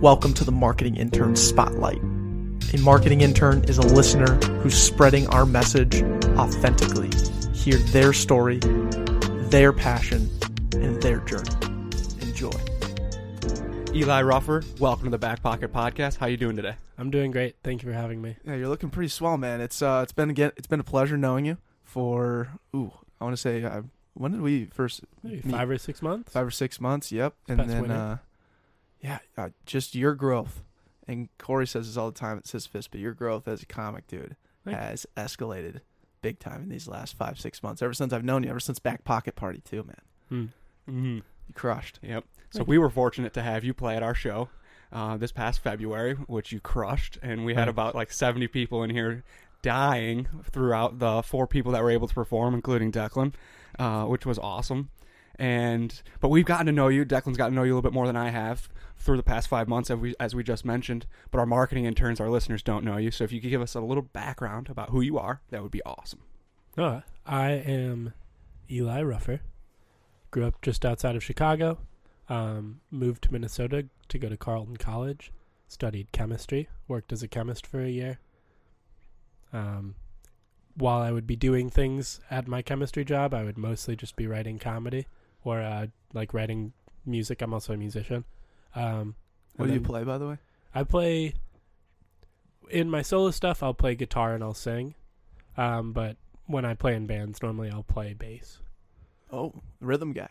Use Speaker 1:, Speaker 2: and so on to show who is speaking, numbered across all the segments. Speaker 1: Welcome to the Marketing Intern Spotlight. A marketing intern is a listener who's spreading our message authentically. Hear their story, their passion, and their journey. Enjoy.
Speaker 2: Eli Ruffer, welcome to the Back Pocket Podcast. How you doing today?
Speaker 3: I'm doing great. Thank you for having me.
Speaker 1: Yeah, you're looking pretty swell, man. It's uh, it's been again, it's been a pleasure knowing you for ooh, I want to say uh, when did we first
Speaker 3: Maybe
Speaker 1: meet?
Speaker 3: five or six months.
Speaker 1: five or six months. Yep, and
Speaker 3: past
Speaker 1: then
Speaker 3: winter.
Speaker 1: uh, yeah, uh, just your growth. And Corey says this all the time. It says fist, but your growth as a comic dude
Speaker 3: Thank you.
Speaker 1: has escalated big time in these last five six months. Ever since I've known you, ever since Back Pocket Party too, man,
Speaker 3: Hmm.
Speaker 2: Mm-hmm.
Speaker 1: you crushed.
Speaker 2: Yep. So
Speaker 3: Thank
Speaker 2: we were fortunate to have you play at our show uh, this past February, which you crushed, and we had
Speaker 3: Thanks.
Speaker 2: about like 70 people in here dying throughout the four people that were able to perform, including Declan, uh, which was awesome. And but we've gotten to know you. Declan's gotten to know you a little bit more than I have through the past five months, as we as we just mentioned. But our marketing interns, our listeners, don't know you. So if you could give us a little background about who you are, that would be awesome.
Speaker 3: No, I am Eli Ruffer. Grew up just outside of Chicago. Um, moved to Minnesota to go to Carleton College. Studied chemistry. Worked as a chemist for a year. Um, while I would be doing things at my chemistry job, I would mostly just be writing comedy or uh, like writing music. I'm also a musician. Um,
Speaker 1: What
Speaker 3: and
Speaker 1: do you
Speaker 3: then-
Speaker 1: play, by the way?
Speaker 3: I play in my solo stuff. I'll play guitar and I'll sing, um, but when I play in bands, normally I'll play bass.
Speaker 1: Oh, rhythm guy.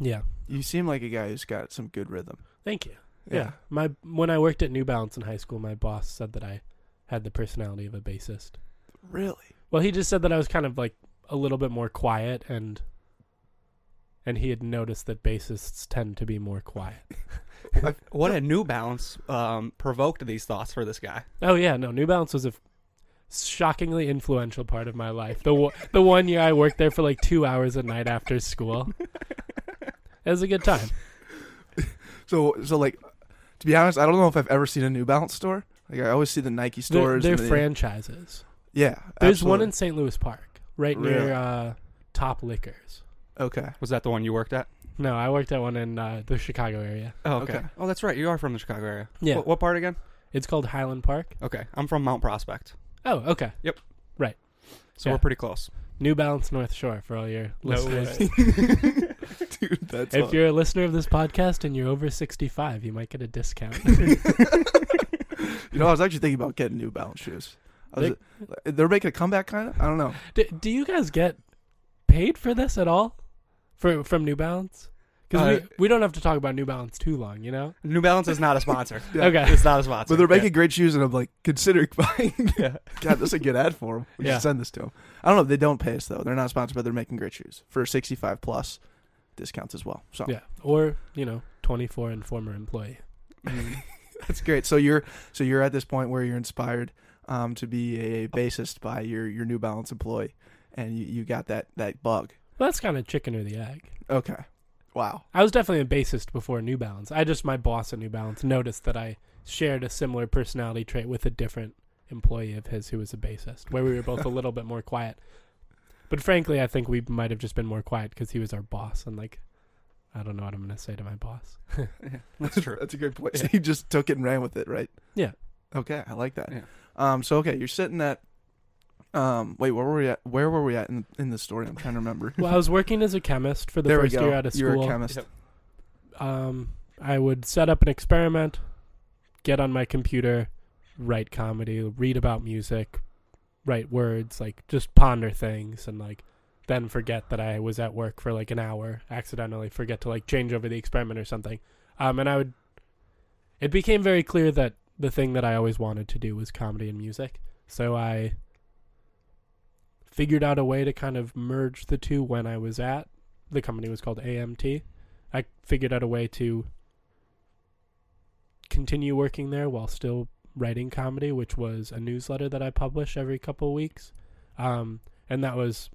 Speaker 3: Yeah,
Speaker 1: You seem like a guy who's got some good rhythm.
Speaker 3: thank you. Yeah. my when I worked at New Balance in high school, my boss said that I had the personality of a bassist.
Speaker 1: really.
Speaker 3: Well, he just said that I was kind of like a little bit more quiet and and he had noticed that bassists tend to be more quiet.
Speaker 2: I've- what a New Balance um, provoked these thoughts for this guy.
Speaker 3: Oh yeah, no. New Balance was a f- shockingly influential part of my life. The w- the one year I worked there for like two hours a night after school. It was a good time.
Speaker 1: So so like, to be honest, I don't know if I've ever seen a New Balance store. Like I always see the Nike
Speaker 3: They're,
Speaker 1: stores.
Speaker 3: they're
Speaker 1: and the-
Speaker 3: franchises.
Speaker 1: Yeah,
Speaker 3: There's one
Speaker 1: absolutely.
Speaker 3: in St. Louis Park, right
Speaker 1: Really?
Speaker 3: near uh, Top Liquors.
Speaker 1: Okay.
Speaker 2: Was that the one you worked at?
Speaker 3: No, I worked at one in uh, the Chicago area.
Speaker 2: Oh, okay.
Speaker 1: Okay.
Speaker 2: Oh, that's right. You are from the Chicago area.
Speaker 3: Yeah.
Speaker 2: What, what part again?
Speaker 3: It's called Highland Park.
Speaker 2: Okay. I'm from Mount Prospect.
Speaker 3: Oh, okay.
Speaker 2: So
Speaker 3: Yeah.
Speaker 2: we're pretty close.
Speaker 3: New Balance North Shore for all your listeners.
Speaker 1: Dude, that's
Speaker 3: If you're a listener of this podcast and you're over 65, you might get a discount.
Speaker 1: You know, I was actually thinking about getting New Balance shoes. I was, they're making a comeback, kind of. I don't know.
Speaker 3: Do, do you guys get paid for this at all? For from New Balance? Because
Speaker 2: Uh,
Speaker 3: we, we don't have to talk about New Balance too long, you know.
Speaker 2: New Balance is not a sponsor.
Speaker 1: Yeah.
Speaker 3: Okay.
Speaker 2: It's not a sponsor.
Speaker 1: But they're making great shoes, and I'm like considering buying.
Speaker 2: Yeah.
Speaker 1: God, this is a good ad for them. We
Speaker 3: Yeah.
Speaker 1: should send this to them. I don't know. They don't pay us though. They're not sponsored, but they're making great shoes for 65 plus discounts as well. So
Speaker 3: Yeah. Or you know, 24 and former employee.
Speaker 2: Mm.
Speaker 1: that's great. So you're so you're at this point where you're inspired um, to be a bassist by your your New Balance employee, and you, you got that that bug.
Speaker 3: Well, that's kind of chicken or the egg.
Speaker 1: Okay. Wow.
Speaker 3: I was definitely a bassist before New Balance. I just my boss at New Balance noticed that I shared a similar personality trait with a different employee of his who was a bassist, where we were both a little bit more quiet. But frankly, I think we might have just been more quiet because he was our boss, and like, I don't know what I'm gonna say to my boss.
Speaker 2: Yeah, that's true.
Speaker 1: That's a good point. So you just took it and ran with it, right?
Speaker 3: Yeah.
Speaker 1: Okay, I like that.
Speaker 2: Yeah.
Speaker 1: Um, so okay, you're sitting at, um, wait, where were we at? Where were we at in in the story? I'm trying to remember.
Speaker 3: Well, I was working as a chemist for the
Speaker 1: there
Speaker 3: first
Speaker 1: we go.
Speaker 3: year out of school.
Speaker 1: You're a chemist.
Speaker 2: Yep.
Speaker 3: um, I would set up an experiment, get on my computer, write comedy, read about music, write words, like just ponder things and like then forget that I was at work for like an hour, accidentally forget to like change over the experiment or something. Um, and I would, it became very clear that the thing that I always wanted to do was comedy and music. So I figured out a way to kind of merge the two when I was at, the company was called AMT. I figured out a way to continue working there while still writing comedy, which was a newsletter that I publish every couple weeks. Um, and that was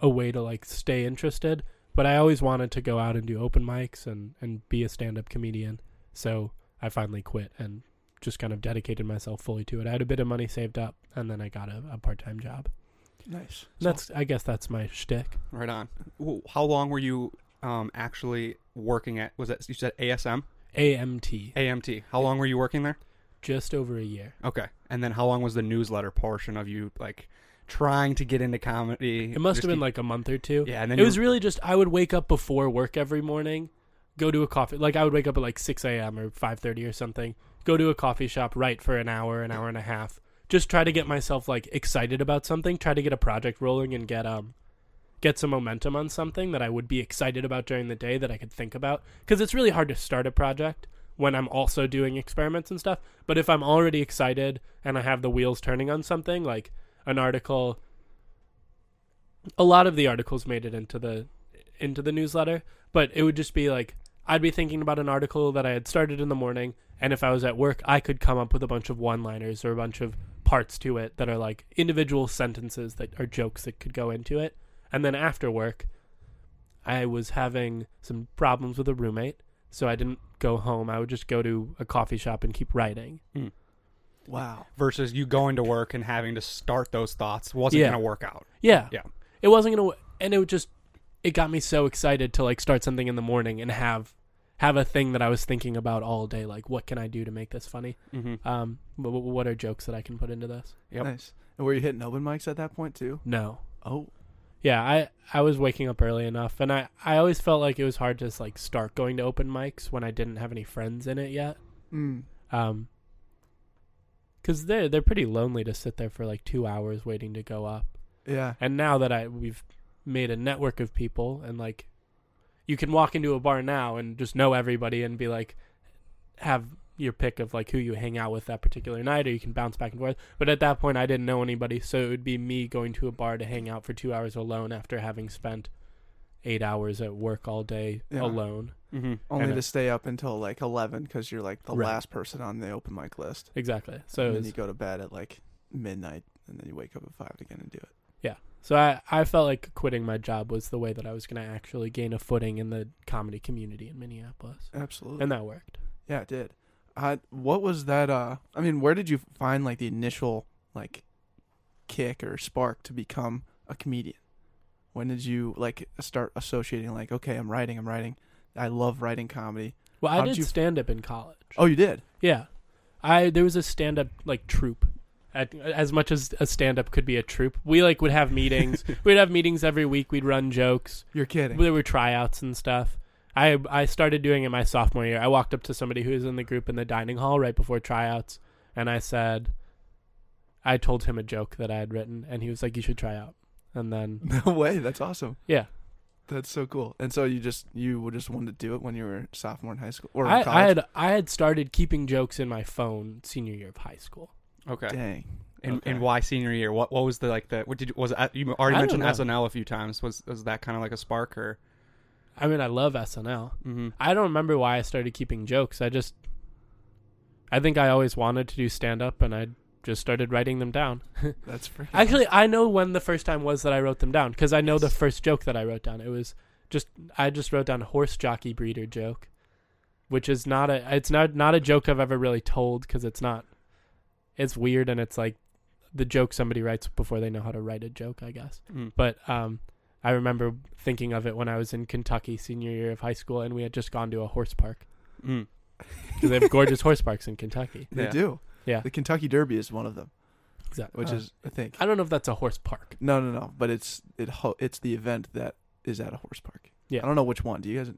Speaker 3: a way to like stay interested. But I always wanted to go out and do open mics and, and be a stand up comedian. So I finally quit and just kind of dedicated myself fully to it. I had a bit of money saved up and then I got a, a part time job.
Speaker 1: Nice.
Speaker 3: That's I guess that's my shtick.
Speaker 2: Right on. W- How long were you um, actually working at? Was that you said ASM?
Speaker 3: AMT.
Speaker 2: AMT. How long were you working there?
Speaker 3: Just over a year.
Speaker 2: Okay. And then how long was the newsletter portion of you like trying to get into comedy?
Speaker 3: It must
Speaker 2: Just
Speaker 3: have been
Speaker 2: keep-
Speaker 3: like a month or two.
Speaker 2: Yeah, and then
Speaker 3: it
Speaker 2: you-
Speaker 3: was really just I would wake up before work every morning, go to a coffee like I would wake up at like six a.m. or five thirty or something, go to a coffee shop, write for an hour, an hour and a half, just try to get myself like excited about something, try to get a project rolling and get um get some momentum on something that I would be excited about during the day that I could think about because it's really hard to start a project when I'm also doing experiments and stuff. But if I'm already excited and I have the wheels turning on something like an article a lot of the articles made it into the into the newsletter, but it would just be like I'd be thinking about an article that I had started in the morning, and if I was at work, I could come up with a bunch of one-liners or a bunch of parts to it that are like individual sentences that are jokes that could go into it. And then after work, I was having some problems with a roommate, so I didn't go home. I would just go to a coffee shop and keep writing.
Speaker 1: Wow.
Speaker 2: versus you going to work and having to start those thoughts wasn't
Speaker 3: Yeah.
Speaker 2: going to work out.
Speaker 3: Yeah.
Speaker 2: Yeah.
Speaker 3: It wasn't gonna, and it would just, it got me so excited to like start something in the morning and have, have a thing that I was thinking about all day. Like, what can I do to make this funny?
Speaker 2: Mm-hmm.
Speaker 3: Um, wh- wh- what are jokes that I can put into this?
Speaker 2: Yep.
Speaker 1: Nice. And were you hitting open mics at that point too?
Speaker 3: No.
Speaker 1: Oh,
Speaker 3: Yeah. I, I was waking up early enough and I, I always felt like it was hard to just like start going to open mics when I didn't have any friends in it yet.
Speaker 1: mm.
Speaker 3: Um, cause they're, they're pretty lonely to sit there for like two hours waiting to go up.
Speaker 1: yeah.
Speaker 3: and now that I we've made a network of people and like you can walk into a bar now and just know everybody and be like have your pick of like who you hang out with that particular night or you can bounce back and forth but at that point I didn't know anybody so it would be me going to a bar to hang out for 2 hours alone after having spent 8 hours at work all day
Speaker 1: Yeah.
Speaker 3: alone
Speaker 2: Mm-hmm.
Speaker 1: Only
Speaker 3: And, uh,
Speaker 1: to stay up until like eleven because you're like the
Speaker 3: Right.
Speaker 1: last person on the open mic list.
Speaker 3: exactly so it
Speaker 1: and then
Speaker 3: was-
Speaker 1: you go to bed at like midnight, and then you wake up at five again and do it.
Speaker 3: so I I felt like quitting my job was the way that I was going to actually gain a footing in the comedy community in Minneapolis
Speaker 1: Absolutely.
Speaker 3: and that worked
Speaker 1: yeah, it did. Uh, what was that? Uh, I mean, where did you find like the initial like kick or spark to become a comedian? When did you like start associating like, okay, I'm writing, I'm writing, I love writing comedy.
Speaker 3: Well, I
Speaker 1: How'd
Speaker 3: did
Speaker 1: you-
Speaker 3: stand up in college.
Speaker 1: Oh, you did.
Speaker 3: Yeah, I there was a stand up like troupe. At, as much as a stand up could be a troupe, we like would have meetings. we'd have meetings every week. We'd run jokes.
Speaker 1: You're kidding.
Speaker 3: There were tryouts and stuff. I I started doing it my sophomore year. I walked up to somebody who was in the group in the dining hall right before tryouts, and I said, I told him a joke that I had written, and he was like, "You should try out." And then
Speaker 1: No way. That's awesome.
Speaker 3: yeah,
Speaker 1: That's so cool. And so you just you would just wanted to do it when you were sophomore in high school or in
Speaker 3: I, I
Speaker 1: college.
Speaker 3: had I had started keeping jokes in my phone senior year of high school.
Speaker 2: Okay.
Speaker 1: Dang.
Speaker 2: And,
Speaker 1: Okay.
Speaker 2: and why senior year? What what was the like the what did you, was it, uh, you already
Speaker 3: I
Speaker 2: mentioned
Speaker 3: don't
Speaker 2: SNL a few times? Was was that kind of like a spark or?
Speaker 3: I mean, I love SNL.
Speaker 2: Mm-hmm.
Speaker 3: I don't remember why I started keeping jokes. I just, I think I always wanted to do stand up, and I just started writing them down.
Speaker 1: That's freaking.
Speaker 3: Actually, I know when the first time was that I wrote them down because I know the first joke that I wrote down. It was just I just wrote down horse jockey breeder joke, which is not a it's not not a joke I've ever really told because it's not it's weird and it's like the joke somebody writes before they know how to write a joke, I guess
Speaker 2: Mm.
Speaker 3: but um, I remember thinking of it when I was in Kentucky senior year of high school, and we had just gone to a horse park
Speaker 2: Mm.
Speaker 3: because they have gorgeous horse parks in Kentucky.
Speaker 1: They
Speaker 2: Yeah.
Speaker 1: do.
Speaker 3: Yeah. Oh.
Speaker 1: The Kentucky Derby is one of them,
Speaker 3: Exactly,
Speaker 1: which is I think.
Speaker 3: I don't know if that's a horse park.
Speaker 1: No, no, no. But it's it ho- it's the event that is at a horse park.
Speaker 3: Yeah.
Speaker 1: I don't know which one. Do you guys?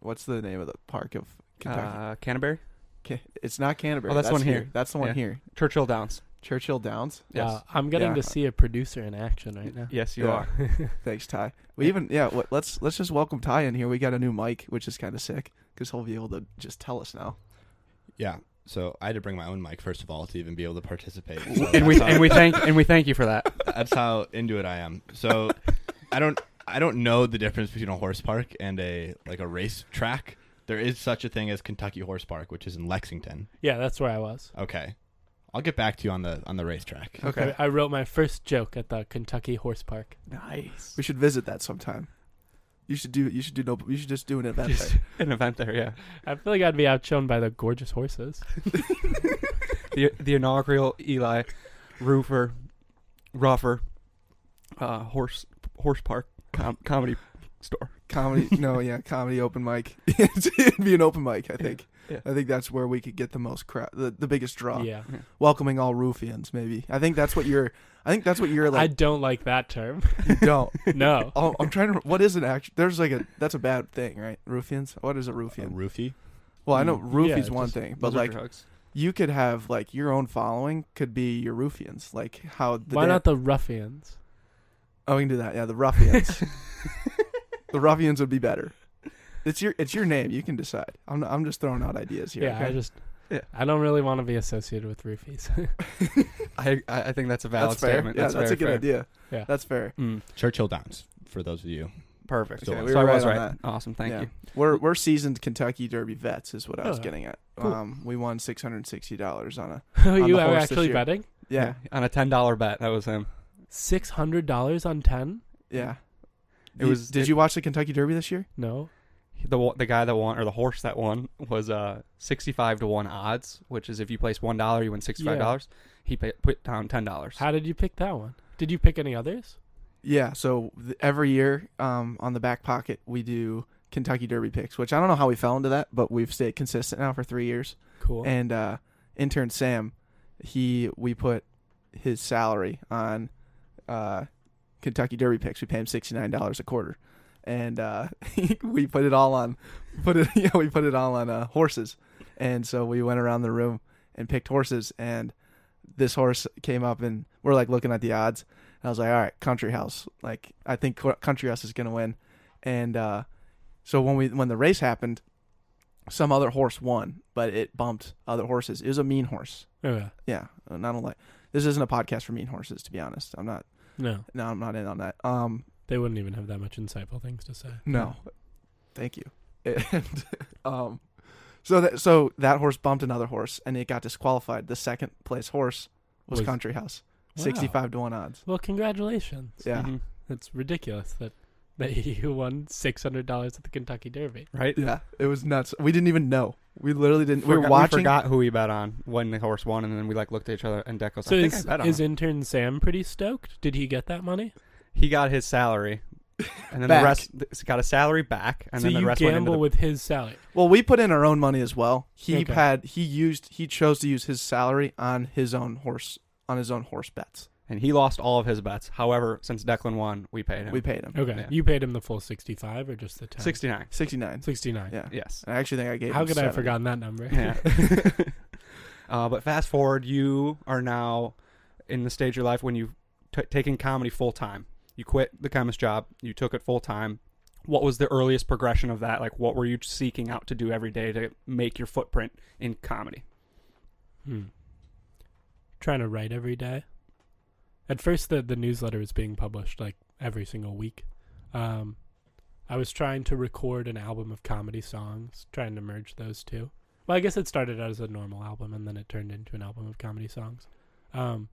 Speaker 1: What's the name of the park of Kentucky?
Speaker 2: Uh, Canterbury,
Speaker 1: Ca- it's not Canterbury.
Speaker 2: Oh, that's the one here.
Speaker 1: That's the one
Speaker 2: Yeah.
Speaker 1: here.
Speaker 2: Churchill Downs.
Speaker 1: Churchill Downs.
Speaker 2: Yes.
Speaker 3: Wow, I'm getting
Speaker 1: Yeah.
Speaker 3: to see a producer in action Uh, right now.
Speaker 2: Yes, you
Speaker 1: Yeah.
Speaker 2: are.
Speaker 1: Thanks, Ty. We even yeah. What, let's let's just welcome Ty in here. We got a new mic, which is kind of sick because he'll be able to just tell us now.
Speaker 4: Yeah. So I had to bring my own mic first of all to even be able to participate. So
Speaker 2: and we
Speaker 4: that's how-
Speaker 2: and we thank and we thank you for that.
Speaker 4: that's how into it I am. So I don't I don't know the difference between a horse park and a like a race track. There is such a thing as Kentucky Horse Park, which is in Lexington.
Speaker 3: yeah, that's where I was.
Speaker 4: Okay. I'll get back to you on the on the racetrack.
Speaker 1: Okay.
Speaker 3: I, I wrote my first joke at the Kentucky horse park.
Speaker 2: Nice.
Speaker 1: We should visit that sometime. You should do. You should do no. You should just do an event.
Speaker 2: Just
Speaker 1: there.
Speaker 2: an event there, yeah.
Speaker 3: I feel like I'd be outshone by the gorgeous horses.
Speaker 2: The the inaugural Eli Roofer Rougher uh, horse horse park com- comedy store.
Speaker 1: comedy. no, yeah, comedy open mic. It'd be an open mic. I think.
Speaker 2: Yeah.
Speaker 1: I think that's where we could get the most crowd, the, the biggest draw.
Speaker 3: yeah.
Speaker 1: Welcoming all ruffians, maybe. I think that's what you're. I think that's what you're
Speaker 3: I
Speaker 1: like.
Speaker 3: don't like that term.
Speaker 1: you don't.
Speaker 3: No.
Speaker 1: Oh, I'm trying to. What is an act? There's like a. That's a bad thing, right? Ruffians. What is a
Speaker 4: A
Speaker 1: ruffian?
Speaker 4: roofie.
Speaker 1: well, I know
Speaker 3: Mm,
Speaker 1: roofie's
Speaker 3: yeah,
Speaker 1: one
Speaker 3: just
Speaker 1: thing,
Speaker 2: Those
Speaker 1: but
Speaker 2: are
Speaker 1: like
Speaker 2: drugs.
Speaker 1: you could have like your own following could be your ruffians. Like how the
Speaker 3: Why
Speaker 1: dan-
Speaker 3: not the ruffians?
Speaker 1: Oh, we can do that. Yeah, the ruffians. the ruffians would be better. It's your it's your name. You can decide. I'm I'm just throwing out ideas here.
Speaker 3: yeah,
Speaker 1: okay?
Speaker 3: I just.
Speaker 2: Yeah.
Speaker 3: I don't really want to be associated with roofies.
Speaker 2: I, I I think that's a valid
Speaker 1: that's fair.
Speaker 2: statement.
Speaker 1: yeah, that's,
Speaker 2: very
Speaker 1: a good
Speaker 2: fair.
Speaker 1: idea.
Speaker 3: Yeah.
Speaker 1: that's fair.
Speaker 2: Mm,
Speaker 4: Churchill Downs, for those of you.
Speaker 2: perfect.
Speaker 4: Still
Speaker 1: Okay,
Speaker 4: on.
Speaker 1: we
Speaker 2: so
Speaker 1: were
Speaker 2: I was
Speaker 1: right
Speaker 2: right.
Speaker 1: on
Speaker 2: Awesome. Thank
Speaker 1: Yeah.
Speaker 2: you.
Speaker 1: We're we're seasoned Kentucky Derby vets, is what I was
Speaker 3: Oh,
Speaker 1: getting at.
Speaker 3: cool.
Speaker 1: Um, we won six hundred and sixty dollars on a
Speaker 3: oh,
Speaker 1: On
Speaker 3: you
Speaker 1: the
Speaker 3: are
Speaker 1: horse this
Speaker 3: actually
Speaker 1: year.
Speaker 3: betting
Speaker 1: yeah
Speaker 2: On a ten dollar bet, that was him.
Speaker 3: six hundred dollars on ten?
Speaker 1: yeah.
Speaker 2: It
Speaker 1: You-
Speaker 2: was-
Speaker 1: Did
Speaker 2: it-
Speaker 1: you watch the Kentucky Derby this year?
Speaker 3: No.
Speaker 2: The wa- the guy that won or the horse that won was uh sixty five to one odds, which is if you place one dollar, you win sixty five dollars. He pay, put down ten dollars.
Speaker 3: How did you pick that one? Did you pick any others?
Speaker 1: Yeah. So th- every year, um, on the back pocket, we do Kentucky Derby picks, which I don't know how we fell into that, but we've stayed consistent now for three years.
Speaker 3: Cool.
Speaker 1: and uh, intern Sam, he we put his salary on uh, Kentucky Derby picks. We pay him sixty nine dollars a quarter, and uh, we put it all on put it yeah we put it all on uh, horses, and so we went around the room and picked horses, and this horse came up, and we're like looking at the odds, and I was like, all right, Country House, like I think Cou- Country House is gonna win, and uh, so when we when the race happened some other horse won, but it bumped other horses. It was a mean horse.
Speaker 3: Okay.
Speaker 1: Yeah, uh, and I don't like. This isn't a podcast for mean horses, to be honest. I'm not.
Speaker 3: No,
Speaker 1: No, I'm not in on that. Um,
Speaker 3: they wouldn't even have that much insightful things to say.
Speaker 1: no, thank you. And um, so that so that horse bumped another horse, and it got disqualified. The second place horse was,
Speaker 3: Was-
Speaker 1: Country House,
Speaker 3: Wow.
Speaker 1: sixty-five to one odds.
Speaker 3: Well, congratulations.
Speaker 1: Yeah,
Speaker 2: Mhm.
Speaker 3: It's ridiculous that that you won six hundred dollars at the Kentucky Derby.
Speaker 2: Right.
Speaker 1: yeah, it was nuts. We didn't even know. We literally didn't. we were
Speaker 2: Forgot-
Speaker 1: watching.
Speaker 2: We forgot who we bet on when the horse won, and then we like looked at each other and Deck goes,
Speaker 3: So
Speaker 2: "I think
Speaker 3: is,
Speaker 2: I bet on."
Speaker 3: is
Speaker 2: him."
Speaker 3: intern Sam pretty stoked? Did he get that money?
Speaker 2: He got his salary, and then the
Speaker 1: Back.
Speaker 2: rest th- got a salary back, and
Speaker 3: so
Speaker 2: then the
Speaker 3: you
Speaker 2: rest went into
Speaker 3: gamble
Speaker 2: the,
Speaker 3: with his salary.
Speaker 1: Well, we put in our own money as well. He
Speaker 3: Okay.
Speaker 1: had he used he chose to use his salary on his own horse on his own horse bets.
Speaker 2: and he lost all of his bets. However, since Declan won, we paid him
Speaker 1: We paid him
Speaker 3: Okay.
Speaker 2: Yeah.
Speaker 3: You paid him the full sixty-five or just the ten?
Speaker 2: sixty nine.
Speaker 1: sixty nine.
Speaker 3: Sixty-nine.
Speaker 1: Yeah,
Speaker 2: Yes.
Speaker 1: And I actually think I gave.
Speaker 3: How
Speaker 1: him
Speaker 3: could I have
Speaker 1: 70.
Speaker 3: forgotten that number?
Speaker 2: Yeah. uh, but fast forward, you are now in the stage of your life when you've t- taken comedy full time. You quit the chemist job, you took it full time. What was the earliest progression of that? Like, what were you seeking out to do every day to make your footprint in comedy?
Speaker 3: Hmm. Trying to write every day. At first, the the newsletter was being published like every single week. Um, I was trying to record an album of comedy songs, trying to merge those two. Well, I guess it started out as a normal album, and then it turned into an album of comedy songs. Um,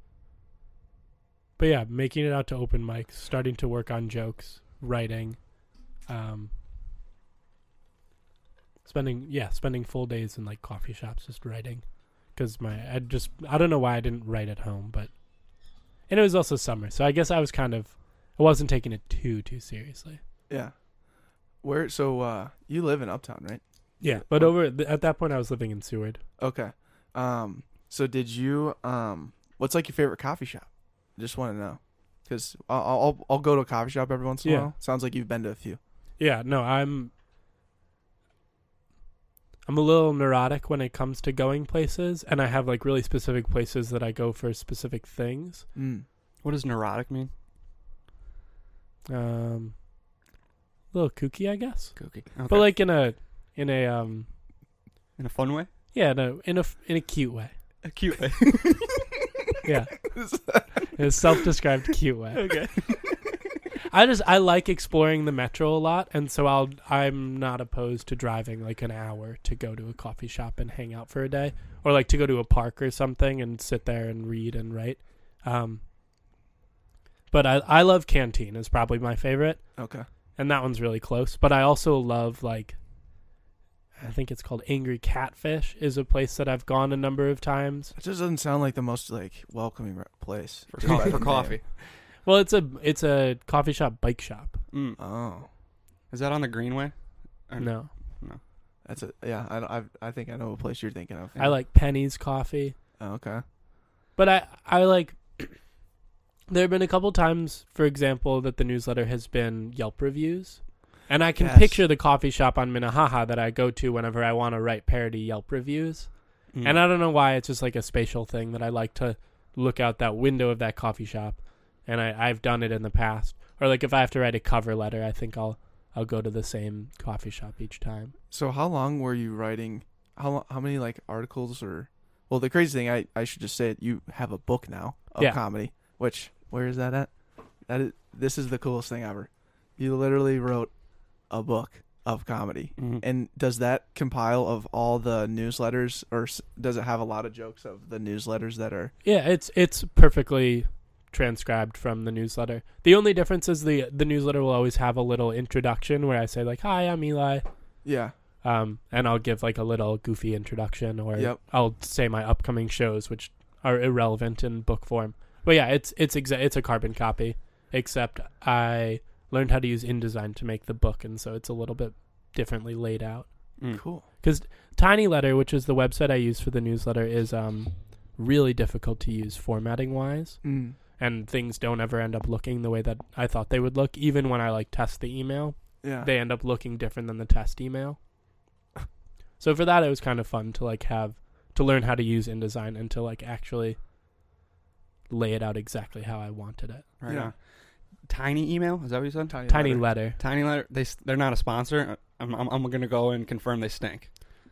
Speaker 3: but yeah, making it out to open mics, starting to work on jokes, writing, um, spending yeah, spending full days in like coffee shops just writing because my I just I don't know why I didn't write at home, but and it was also summer, so I guess I was kind of I wasn't taking it too too seriously.
Speaker 1: Yeah. Where so uh you live in Uptown, right?
Speaker 3: Yeah, but over th- at that point I was living in Seward.
Speaker 1: Okay. Um. So did you um? What's like your favorite coffee shop? Just want to know, because I'll, I'll I'll go to a coffee shop every once in
Speaker 3: Yeah.
Speaker 1: a while. Sounds like you've been to a few.
Speaker 3: Yeah, no, I'm I'm a little neurotic when it comes to going places, and I have like really specific places that I go for specific things.
Speaker 1: Mm.
Speaker 2: What does neurotic mean?
Speaker 3: Um, a little kooky, I guess,
Speaker 2: Cookie.
Speaker 3: but like in a in a um
Speaker 2: in a fun way,
Speaker 3: yeah in a in a f- in a cute way.
Speaker 2: a cute way.
Speaker 3: Yeah. In a self-described cute way. Okay. I just I like exploring the metro a lot, and so I'll I'm not opposed to driving like an hour to go to a coffee shop and hang out for a day, or like to go to a park or something and sit there and read and write. Um, but I I love Canteen is probably my favorite,
Speaker 1: Okay.
Speaker 3: and that one's really close. But I also love like I think it's called Angry Catfish is a place that I've gone a number of times.
Speaker 1: That just doesn't sound like the most like welcoming re- place
Speaker 2: for,
Speaker 1: just
Speaker 2: co-
Speaker 1: by
Speaker 2: for
Speaker 1: the
Speaker 2: coffee.
Speaker 1: name.
Speaker 3: Well, it's a it's a coffee shop bike shop.
Speaker 2: Mm.
Speaker 1: Oh.
Speaker 2: Is that on the Greenway? Or-
Speaker 3: No,
Speaker 1: That's a yeah. I don't- I I think I know what place you're thinking of.
Speaker 3: I like Penny's coffee.
Speaker 1: Oh, okay.
Speaker 3: But I, I like. there have been a couple times, for example, that the newsletter has been Yelp reviews, and I can
Speaker 1: Yes.
Speaker 3: picture the coffee shop on Minnehaha that I go to whenever I want to write parody Yelp reviews.
Speaker 2: Mm.
Speaker 3: And I don't know why it's just like a spatial thing that I like to look out that window of that coffee shop, and I, I've done it in the past. Or like if I have to write a cover letter, I think I'll I'll go to the same coffee shop each time.
Speaker 1: So how long were you writing? How lo- how many like articles or? Well, the crazy thing I I should just say it. You have a book now of
Speaker 3: Yeah.
Speaker 1: comedy. Which where is that at? That is this is the coolest thing ever. You literally wrote a book of comedy.
Speaker 2: Mhm.
Speaker 1: And does that compile of all the newsletters, or s- does it have a lot of jokes of the newsletters that are?
Speaker 3: Yeah, it's it's perfectly transcribed from the newsletter. The only difference is the the newsletter will always have a little introduction where I say like, "Hi, I'm Eli,"
Speaker 1: Yeah,
Speaker 3: um, and I'll give like a little goofy introduction, or
Speaker 1: Yep.
Speaker 3: I'll say my upcoming shows, which are irrelevant in book form. But yeah, it's it's exa- it's a carbon copy, except I learned how to use InDesign to make the book, and so it's a little bit differently laid out.
Speaker 2: Mm.
Speaker 1: cool.
Speaker 3: Tiny Letter, which is the website I use for the newsletter, is um, really difficult to use formatting wise
Speaker 1: Mm.
Speaker 3: and things don't ever end up looking the way that I thought they would look. Even when I like test the email,
Speaker 1: Yeah,
Speaker 3: they end up looking different than the test email. so for that, it was kind of fun to like have to learn how to use InDesign and to like actually lay it out exactly how I wanted it.
Speaker 2: Right
Speaker 1: Yeah.
Speaker 2: on. Tiny email? Is that what you said?
Speaker 1: tiny,
Speaker 3: Tiny
Speaker 1: letter.
Speaker 3: letter.
Speaker 2: Tiny letter. They s- they're not a sponsor. Uh, I'm I'm, I'm gonna go and confirm they stink.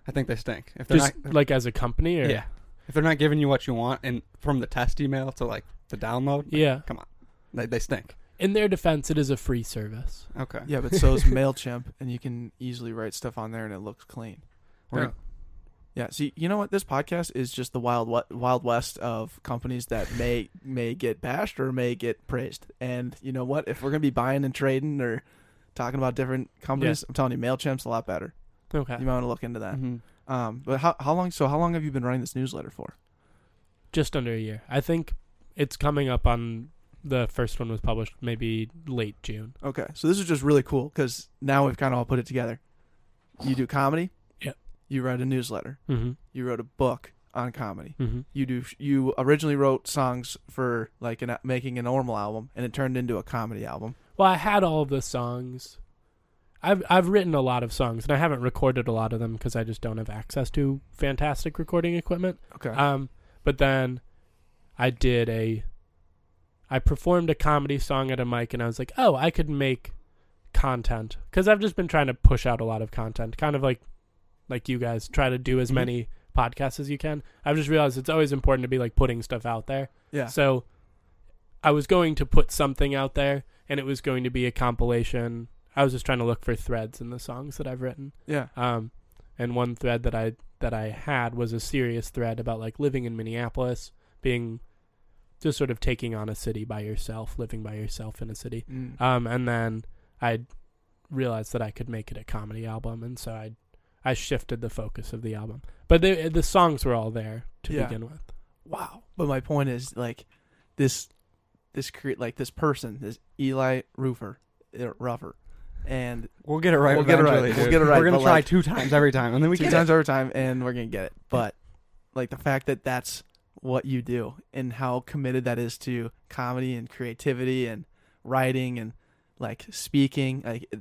Speaker 2: I think they stink. If they're
Speaker 3: Just
Speaker 2: not,
Speaker 3: like as a company or
Speaker 2: yeah. If they're not giving you what you want, and from the test email to like the download,
Speaker 3: Yeah.
Speaker 2: they, they stink.
Speaker 3: In their defense, it is a free service.
Speaker 2: Okay.
Speaker 1: Yeah, but so is Mailchimp, and you can easily write stuff on there, and it looks clean.
Speaker 2: We're
Speaker 1: Yeah. Yeah. See, you know what? This podcast is just the wild we- wild west of companies that may may get bashed or may get praised. And you know what? If we're gonna be buying and trading or talking about different companies, I'm telling you, Mailchimp's a lot better.
Speaker 3: Okay.
Speaker 1: You might want to look into that.
Speaker 2: hmm
Speaker 1: Um, but how how long? So how long have you been running this newsletter for?
Speaker 3: Just under a year. I think it's coming up on the first one was published maybe late June.
Speaker 1: Okay, so this is just really cool because now we've kind of all put it together. You do comedy.
Speaker 3: Yep.
Speaker 1: You write a newsletter.
Speaker 3: Mm-hmm.
Speaker 1: You wrote a book on comedy.
Speaker 3: Mm-hmm.
Speaker 1: you do you originally wrote songs for like an, making a normal album and it turned into a comedy album
Speaker 3: Well, I had all of the songs. I've I've written a lot of songs, and I haven't recorded a lot of them because I just don't have access to fantastic recording equipment.
Speaker 1: okay
Speaker 3: Um, but then I did a. I performed a comedy song at a mic, and I was like, "Oh, I could make content," because I've just been trying to push out a lot of content, kind of like, like you guys try to do as
Speaker 2: Mhm.
Speaker 3: many podcasts as you can. I've just realized it's always important to be like putting stuff out there.
Speaker 1: yeah
Speaker 3: So I was going to put something out there and it was going to be a compilation. I was just trying to look for threads in the songs that I've written.
Speaker 1: yeah
Speaker 3: Um and one thread that I that I had was a serious thread about like living in Minneapolis, being just sort of taking on a city by yourself, living by yourself in a city.
Speaker 1: Mm.
Speaker 3: Um and then I realized that I could make it a comedy album and so I I shifted the focus of the album. But the the songs were all there to
Speaker 1: Yeah.
Speaker 3: begin with.
Speaker 1: wow but my point is like this this create like this person this eli roofer eh, ruffer and
Speaker 2: We'll get it right.
Speaker 1: We'll get it right.
Speaker 2: eventually,
Speaker 1: We'll
Speaker 2: dude.
Speaker 1: get it right,
Speaker 2: We're gonna
Speaker 1: but,
Speaker 2: try
Speaker 1: like-
Speaker 2: two times every time, and then we
Speaker 1: two
Speaker 2: get
Speaker 1: times over time and we're gonna get it but like the fact that that's what you do and how committed that is to comedy and creativity and writing and like speaking like it-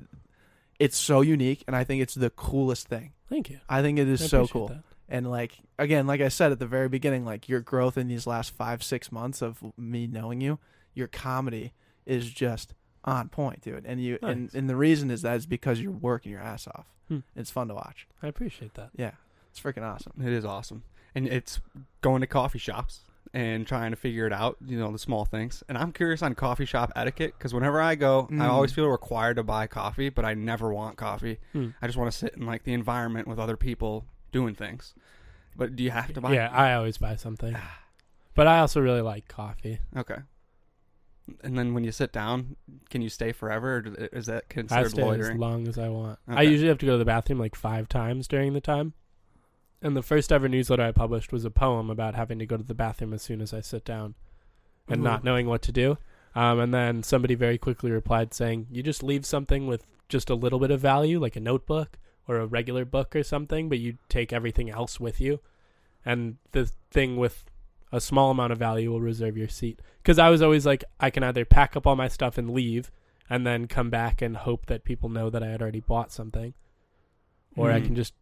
Speaker 1: it's so unique and i think it's the coolest thing
Speaker 3: Thank you.
Speaker 1: i think it is
Speaker 3: I
Speaker 1: so
Speaker 3: appreciate
Speaker 1: cool
Speaker 3: that.
Speaker 1: and like again like i said at the very beginning like your growth in these last five six months of me knowing you your comedy is just on point dude and you and,
Speaker 3: Nice.
Speaker 1: and the reason is that is because you're working your ass off
Speaker 3: Hmm.
Speaker 1: it's fun to watch
Speaker 3: I appreciate that.
Speaker 1: yeah it's freaking awesome
Speaker 2: It is awesome, and it's going to coffee shops and trying to figure it out. You know the small things, and I'm curious on coffee shop etiquette because whenever I go, I
Speaker 1: Mm.
Speaker 2: always feel required to buy coffee, but I never want coffee.
Speaker 3: Mm.
Speaker 2: I just want to sit in like the environment with other people doing things. But do you have to buy?
Speaker 3: Yeah, I always buy something.
Speaker 2: Ah.
Speaker 3: But I also really like coffee.
Speaker 2: Okay. And then when you sit down, can you stay forever? Or do- is that
Speaker 3: I
Speaker 2: considered
Speaker 3: stay as
Speaker 2: loitering?
Speaker 3: long as I want. I
Speaker 2: Okay.
Speaker 3: usually have to go to the bathroom like five times during the time. And the first ever newsletter I published was a poem about having to go to the bathroom as soon as I sit down and
Speaker 1: Ooh.
Speaker 3: not knowing what to do. Um, and then somebody very quickly replied saying, "You just leave something with just a little bit of value, like a notebook or a regular book or something, but you take everything else with you." And the thing with a small amount of value will reserve your seat. Because I was always like, I can either pack up all my stuff and leave, and then come back and hope that people know that I had already bought something, or I
Speaker 2: Hmm.
Speaker 3: can just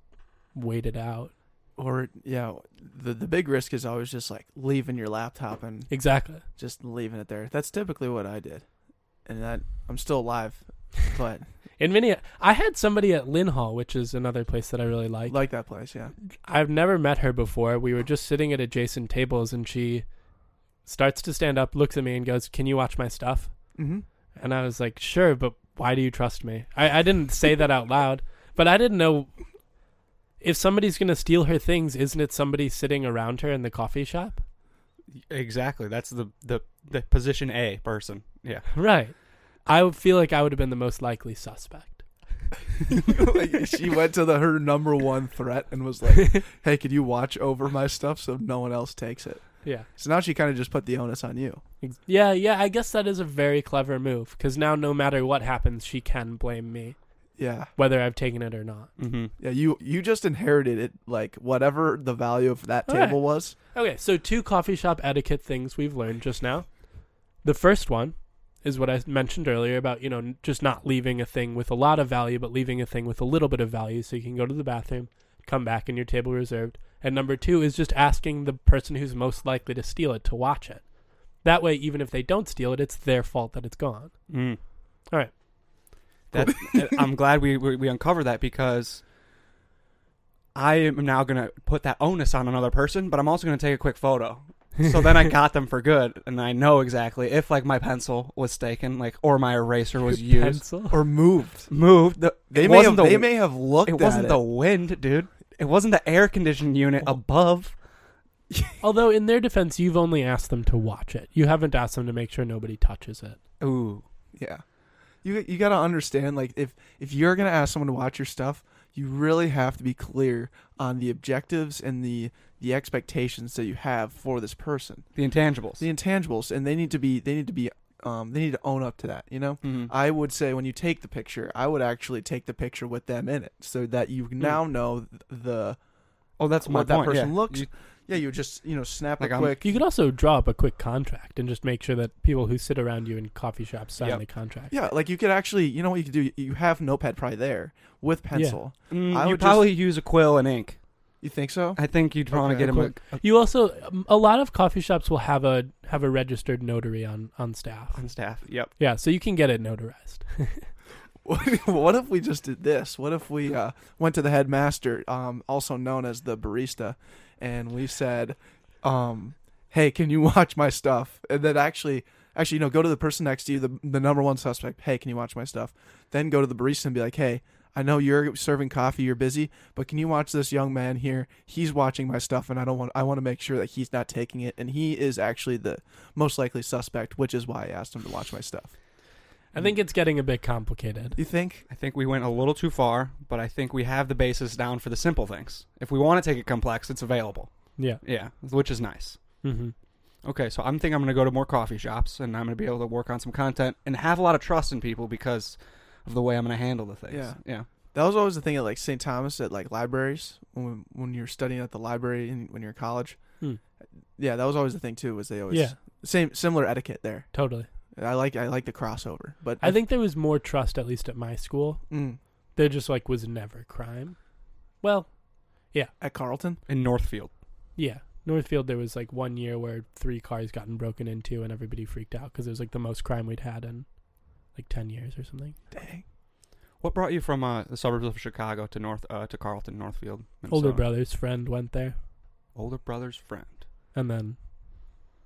Speaker 3: wait it out.
Speaker 1: Or yeah, the the big risk is always just like leaving your laptop and
Speaker 3: Exactly.
Speaker 1: just leaving it there. That's typically what I did, and that I'm still alive, but
Speaker 3: In Minneapolis, I had somebody at Lynn Hall, which is another place that I really like.
Speaker 1: like that place, yeah.
Speaker 3: I've never met her before. We were just sitting at adjacent tables, and she starts to stand up, looks at me, and goes, "Can you watch my stuff?"
Speaker 1: Mm-hmm.
Speaker 3: And I was like, "Sure, but why do you trust me?" I, I didn't say that out loud, but I didn't know if somebody's gonna steal her things. Isn't it somebody sitting around her in the coffee shop?
Speaker 2: Exactly. That's the the the position A person. Yeah.
Speaker 3: Right. I would feel like I would have been the most likely suspect.
Speaker 1: like she went to the her number one threat and was like, "Hey, could you watch over my stuff so no one else takes it?"
Speaker 3: Yeah.
Speaker 1: So now she kind of just put the onus on you.
Speaker 3: Ex- Yeah, yeah, I guess that is a very clever move because now no matter what happens, she can blame me,
Speaker 1: Yeah,
Speaker 3: whether I've taken it or not.
Speaker 2: Mm-hmm.
Speaker 1: yeah. You you just inherited it, like whatever the value of that
Speaker 3: All
Speaker 1: table was.
Speaker 3: Okay, so two coffee shop etiquette things we've learned just now. The first one is what I mentioned earlier about, you know, n- just not leaving a thing with a lot of value, but leaving a thing with a little bit of value so you can go to the bathroom, come back, and your table reserved. And number two is just asking the person who's most likely to steal it to watch it. That way, even if they don't steal it, it's their fault that it's gone.
Speaker 2: Mm.
Speaker 3: All right.
Speaker 2: That, I'm glad we, we we uncovered that because I am now gonna put that onus on another person, but I'm also gonna take a quick photo. So then I got them for good, and I know exactly if like my pencil was taken, like or my eraser was used,
Speaker 3: Pencil.
Speaker 1: Or moved.
Speaker 2: moved. The,
Speaker 1: They
Speaker 2: it
Speaker 1: may have
Speaker 2: wasn't the,
Speaker 1: they may have looked.
Speaker 2: It
Speaker 1: at
Speaker 2: wasn't the wind, dude. It wasn't the air conditioned unit above.
Speaker 3: Although, in their defense, you've only asked them to watch it. You haven't asked them to make sure nobody touches it.
Speaker 2: Ooh,
Speaker 1: Yeah. You you got to understand like if if you're going to ask someone to watch your stuff, you really have to be clear on the objectives and the the expectations that you have for this person.
Speaker 2: the intangibles.
Speaker 1: The intangibles and they need to be they need to be um they need to own up to that, you know?
Speaker 2: Mhm.
Speaker 1: I would say when you take the picture, I would actually take the picture with them in it so that you now know th- the
Speaker 2: Oh, that's my
Speaker 1: what that
Speaker 2: point,
Speaker 1: person
Speaker 2: yeah.
Speaker 1: looks.
Speaker 2: You-
Speaker 1: yeah, you just, you know, snap
Speaker 2: Like,
Speaker 1: a
Speaker 2: I'm-
Speaker 1: quick
Speaker 3: You could also draw up a quick contract and just make sure that people who sit around you in coffee shops sign
Speaker 2: Yep.
Speaker 3: the contract.
Speaker 1: Yeah, like you could actually, you know what you could do? You have notepad probably there with pencil.
Speaker 2: Mm,
Speaker 1: I
Speaker 2: you
Speaker 1: would
Speaker 2: probably use a quill and ink.
Speaker 1: You think so?
Speaker 2: I think you'd want
Speaker 1: Okay.
Speaker 2: to get him. A,
Speaker 3: You also um, a lot of coffee shops will have a have a registered notary on on staff.
Speaker 2: on staff. Yep.
Speaker 3: Yeah, so you can get it notarized.
Speaker 1: what if we just did this? What if we uh, went to the headmaster, um, also known as the barista, and we said, um, "Hey, can you watch my stuff?" And then actually, actually, you know, go to the person next to you, the the number one suspect. Hey, can you watch my stuff? Then go to the barista and be like, "Hey." I know you're serving coffee, you're busy, but can you watch this young man here? He's watching my stuff and I don't want I want to make sure that he's not taking it and he is actually the most likely suspect, which is why I asked him to watch my stuff.
Speaker 3: I think it's getting a bit complicated.
Speaker 1: You think?
Speaker 2: I think we went a little too far, but I think we have the basis down for the simple things. If we want to take it complex, it's available.
Speaker 3: Yeah.
Speaker 2: Yeah, which is nice.
Speaker 3: hmm
Speaker 2: Okay, so I'm thinking I'm going to go to more coffee shops and I'm going to be able to work on some content and have a lot of trust in people because of the way I'm going to handle the things.
Speaker 1: Yeah.
Speaker 2: Yeah.
Speaker 1: That was always the thing at like St. Thomas at like libraries when when you're studying at the library and when you're in college.
Speaker 3: Hmm.
Speaker 1: Yeah, that was always the thing too. Was they always
Speaker 3: Yeah.
Speaker 1: same similar etiquette there.
Speaker 3: Totally.
Speaker 1: I like I like the crossover, but
Speaker 3: I think there was more trust at least at my school.
Speaker 1: Mm,
Speaker 3: There just like was never crime. Well,
Speaker 1: at Carlton.
Speaker 2: In Northfield.
Speaker 3: Yeah. Northfield, there was like one year where three cars gotten broken into and everybody freaked out because it was like the most crime we'd had in like 10 years or something.
Speaker 1: Dang.
Speaker 2: What brought you from uh, the suburbs of Chicago to North uh, to Carlton, Northfield?
Speaker 3: Older
Speaker 2: Minnesota?
Speaker 3: brother's friend went there.
Speaker 2: Older brother's friend
Speaker 3: And then,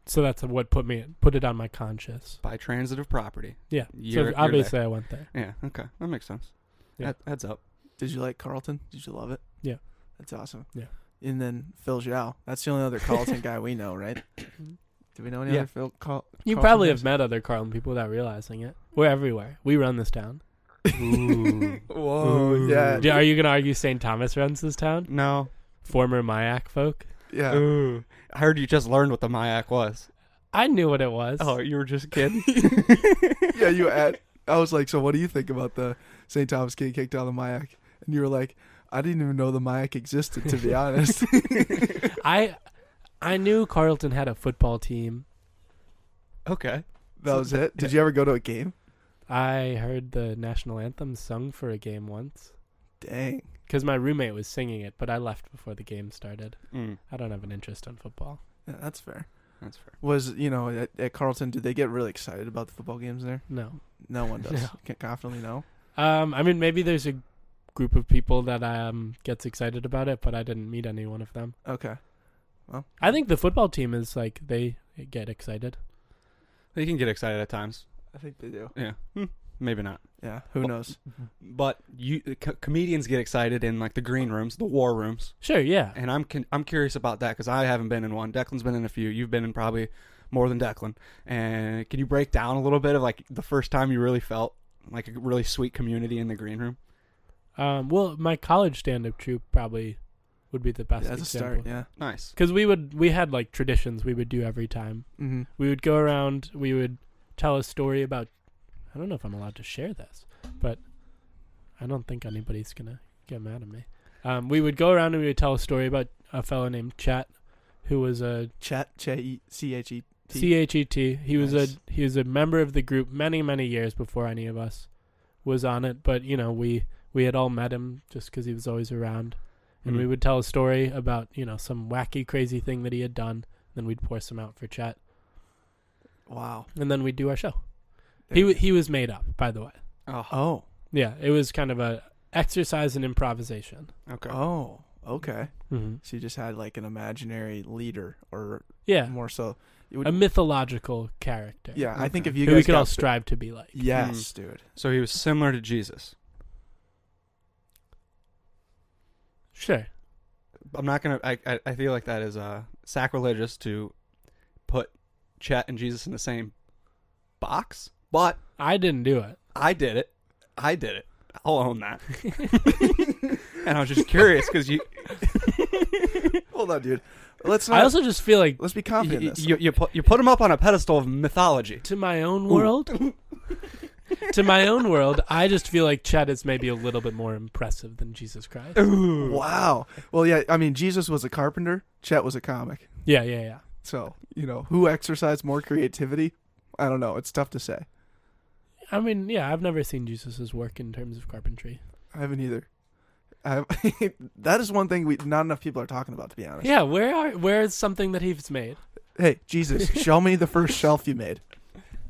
Speaker 3: so that's what put me, put it on my conscience.
Speaker 2: by transitive property.
Speaker 3: Yeah.
Speaker 2: You're-
Speaker 3: so
Speaker 2: you're
Speaker 3: obviously I went there.
Speaker 2: Yeah. Okay, that makes sense.
Speaker 3: Yeah.
Speaker 2: That adds up.
Speaker 1: Did you like Carlton? Did you love it?
Speaker 3: Yeah.
Speaker 1: That's awesome.
Speaker 3: Yeah.
Speaker 1: And then Phil Zhao. That's the only other Carlton guy we know, right? Do we know any
Speaker 2: Yeah.
Speaker 1: other Phil? Carl-
Speaker 3: You
Speaker 1: Carlton
Speaker 3: probably
Speaker 1: guys?
Speaker 3: have met other Carlton people without realizing it. We're everywhere. We run this town.
Speaker 2: Ooh.
Speaker 1: Whoa.
Speaker 2: Ooh.
Speaker 1: Yeah.
Speaker 3: Do- Are you going to argue St. Thomas runs this town?
Speaker 2: no.
Speaker 3: Former Mayak folk?
Speaker 1: Yeah.
Speaker 2: Ooh. I heard you just learned what the Mayak was.
Speaker 3: I knew what it was.
Speaker 2: Oh, you were just kidding.
Speaker 1: yeah, you at. I was like, so what do you think about the St. Thomas getting kicked out of the Mayak? And you were like, I didn't even know the Mayak existed, to be honest.
Speaker 3: I I knew Carlton had a football team.
Speaker 2: okay.
Speaker 1: that was it. Did you ever go to a game?
Speaker 3: I heard the national anthem sung for a game once
Speaker 1: Dang.
Speaker 3: because my roommate was singing it, but I left before the game started.
Speaker 2: Mm,
Speaker 3: I don't have an interest in football.
Speaker 1: Yeah, that's fair.
Speaker 2: that's fair.
Speaker 1: Was, you know, at, at Carlton, did they get really excited about the football games there?
Speaker 3: No.
Speaker 1: No one does.
Speaker 3: No.
Speaker 1: Can confidently know.
Speaker 3: Um, I mean, maybe there's a group of people that um gets excited about it, but I didn't meet any one of them.
Speaker 1: Okay.
Speaker 3: I think the football team is like they get excited.
Speaker 2: They can get excited at times.
Speaker 1: I think they do.
Speaker 2: Yeah. Hmm, Maybe not.
Speaker 1: Yeah. Who
Speaker 2: Well-
Speaker 1: knows?
Speaker 2: But you uh, co- comedians get excited in like the green rooms, the war rooms,
Speaker 3: Sure, yeah.
Speaker 2: and I'm con- I'm curious about that because I haven't been in one. Declan's been in a few. You've been in probably more than Declan. And can you break down a little bit of like the first time you really felt like a really sweet community in the green room?
Speaker 3: Um, well, my college stand-up troupe probably would be the best
Speaker 1: Yeah, as a
Speaker 3: example.
Speaker 1: start. Yeah.
Speaker 2: Nice.
Speaker 3: Cuz we would we had like traditions we would do every time.
Speaker 1: Mm-hmm.
Speaker 3: We would go around, we would tell a story about I don't know if I'm allowed to share this, but I don't think anybody's going to get mad at me. Um, we would go around and we would tell a story about a fellow named Chet who was a
Speaker 1: Chat, E, C-H-E. T.
Speaker 3: C H E T. He was
Speaker 1: Nice.
Speaker 3: a he was a member of the group many many years before any of us was on it. But you know we we had all met him just because he was always around, and we
Speaker 1: Mm.
Speaker 2: Mhm.
Speaker 3: would tell a story about you know some wacky crazy thing that he had done. Then we'd pour some out for chat,
Speaker 1: Wow.
Speaker 3: and then we'd do our show. He wa- he was made up, by the way.
Speaker 2: Oh,
Speaker 1: Oh.
Speaker 3: Yeah, it was kind of a exercise in improvisation.
Speaker 2: okay.
Speaker 1: Oh. Okay.
Speaker 3: Mm-hmm.
Speaker 1: So you just had like an imaginary leader, or
Speaker 3: Yeah,
Speaker 1: more so. It would,
Speaker 3: a mythological character.
Speaker 1: yeah, I think
Speaker 2: Okay.
Speaker 1: if you
Speaker 3: who
Speaker 1: guys
Speaker 3: we could
Speaker 1: got
Speaker 3: all mm.
Speaker 1: fi-
Speaker 3: strive to be like.
Speaker 1: Yes, dude.
Speaker 2: So he was similar to Jesus.
Speaker 3: Sure.
Speaker 2: I'm not gonna. I I, I feel like that is uh, sacrilegious to put Chet and Jesus in the same box. But
Speaker 3: I didn't do it.
Speaker 2: I did it. I did it. I'll own that. and I was just curious because you
Speaker 1: Hold on, dude. Let's
Speaker 3: I
Speaker 1: not.
Speaker 3: also just feel like
Speaker 1: let's be confident.
Speaker 2: you,
Speaker 1: in this.
Speaker 2: you, you put you put him up on a pedestal of mythology.
Speaker 3: to my own world to my own world i just feel like chet is maybe a little bit more impressive than jesus christ
Speaker 1: wow. Well, yeah. I mean, Jesus was a carpenter. Chet was a comic.
Speaker 3: yeah yeah yeah
Speaker 1: So you know who exercised more creativity? I don't know. It's tough to say.
Speaker 3: i mean yeah i've never seen jesus's work in terms of carpentry
Speaker 1: I haven't either. I, that is one thing we not enough people are talking about, to be honest.
Speaker 3: yeah where are where is something that he's made
Speaker 1: Hey, Jesus, show me the first shelf you made.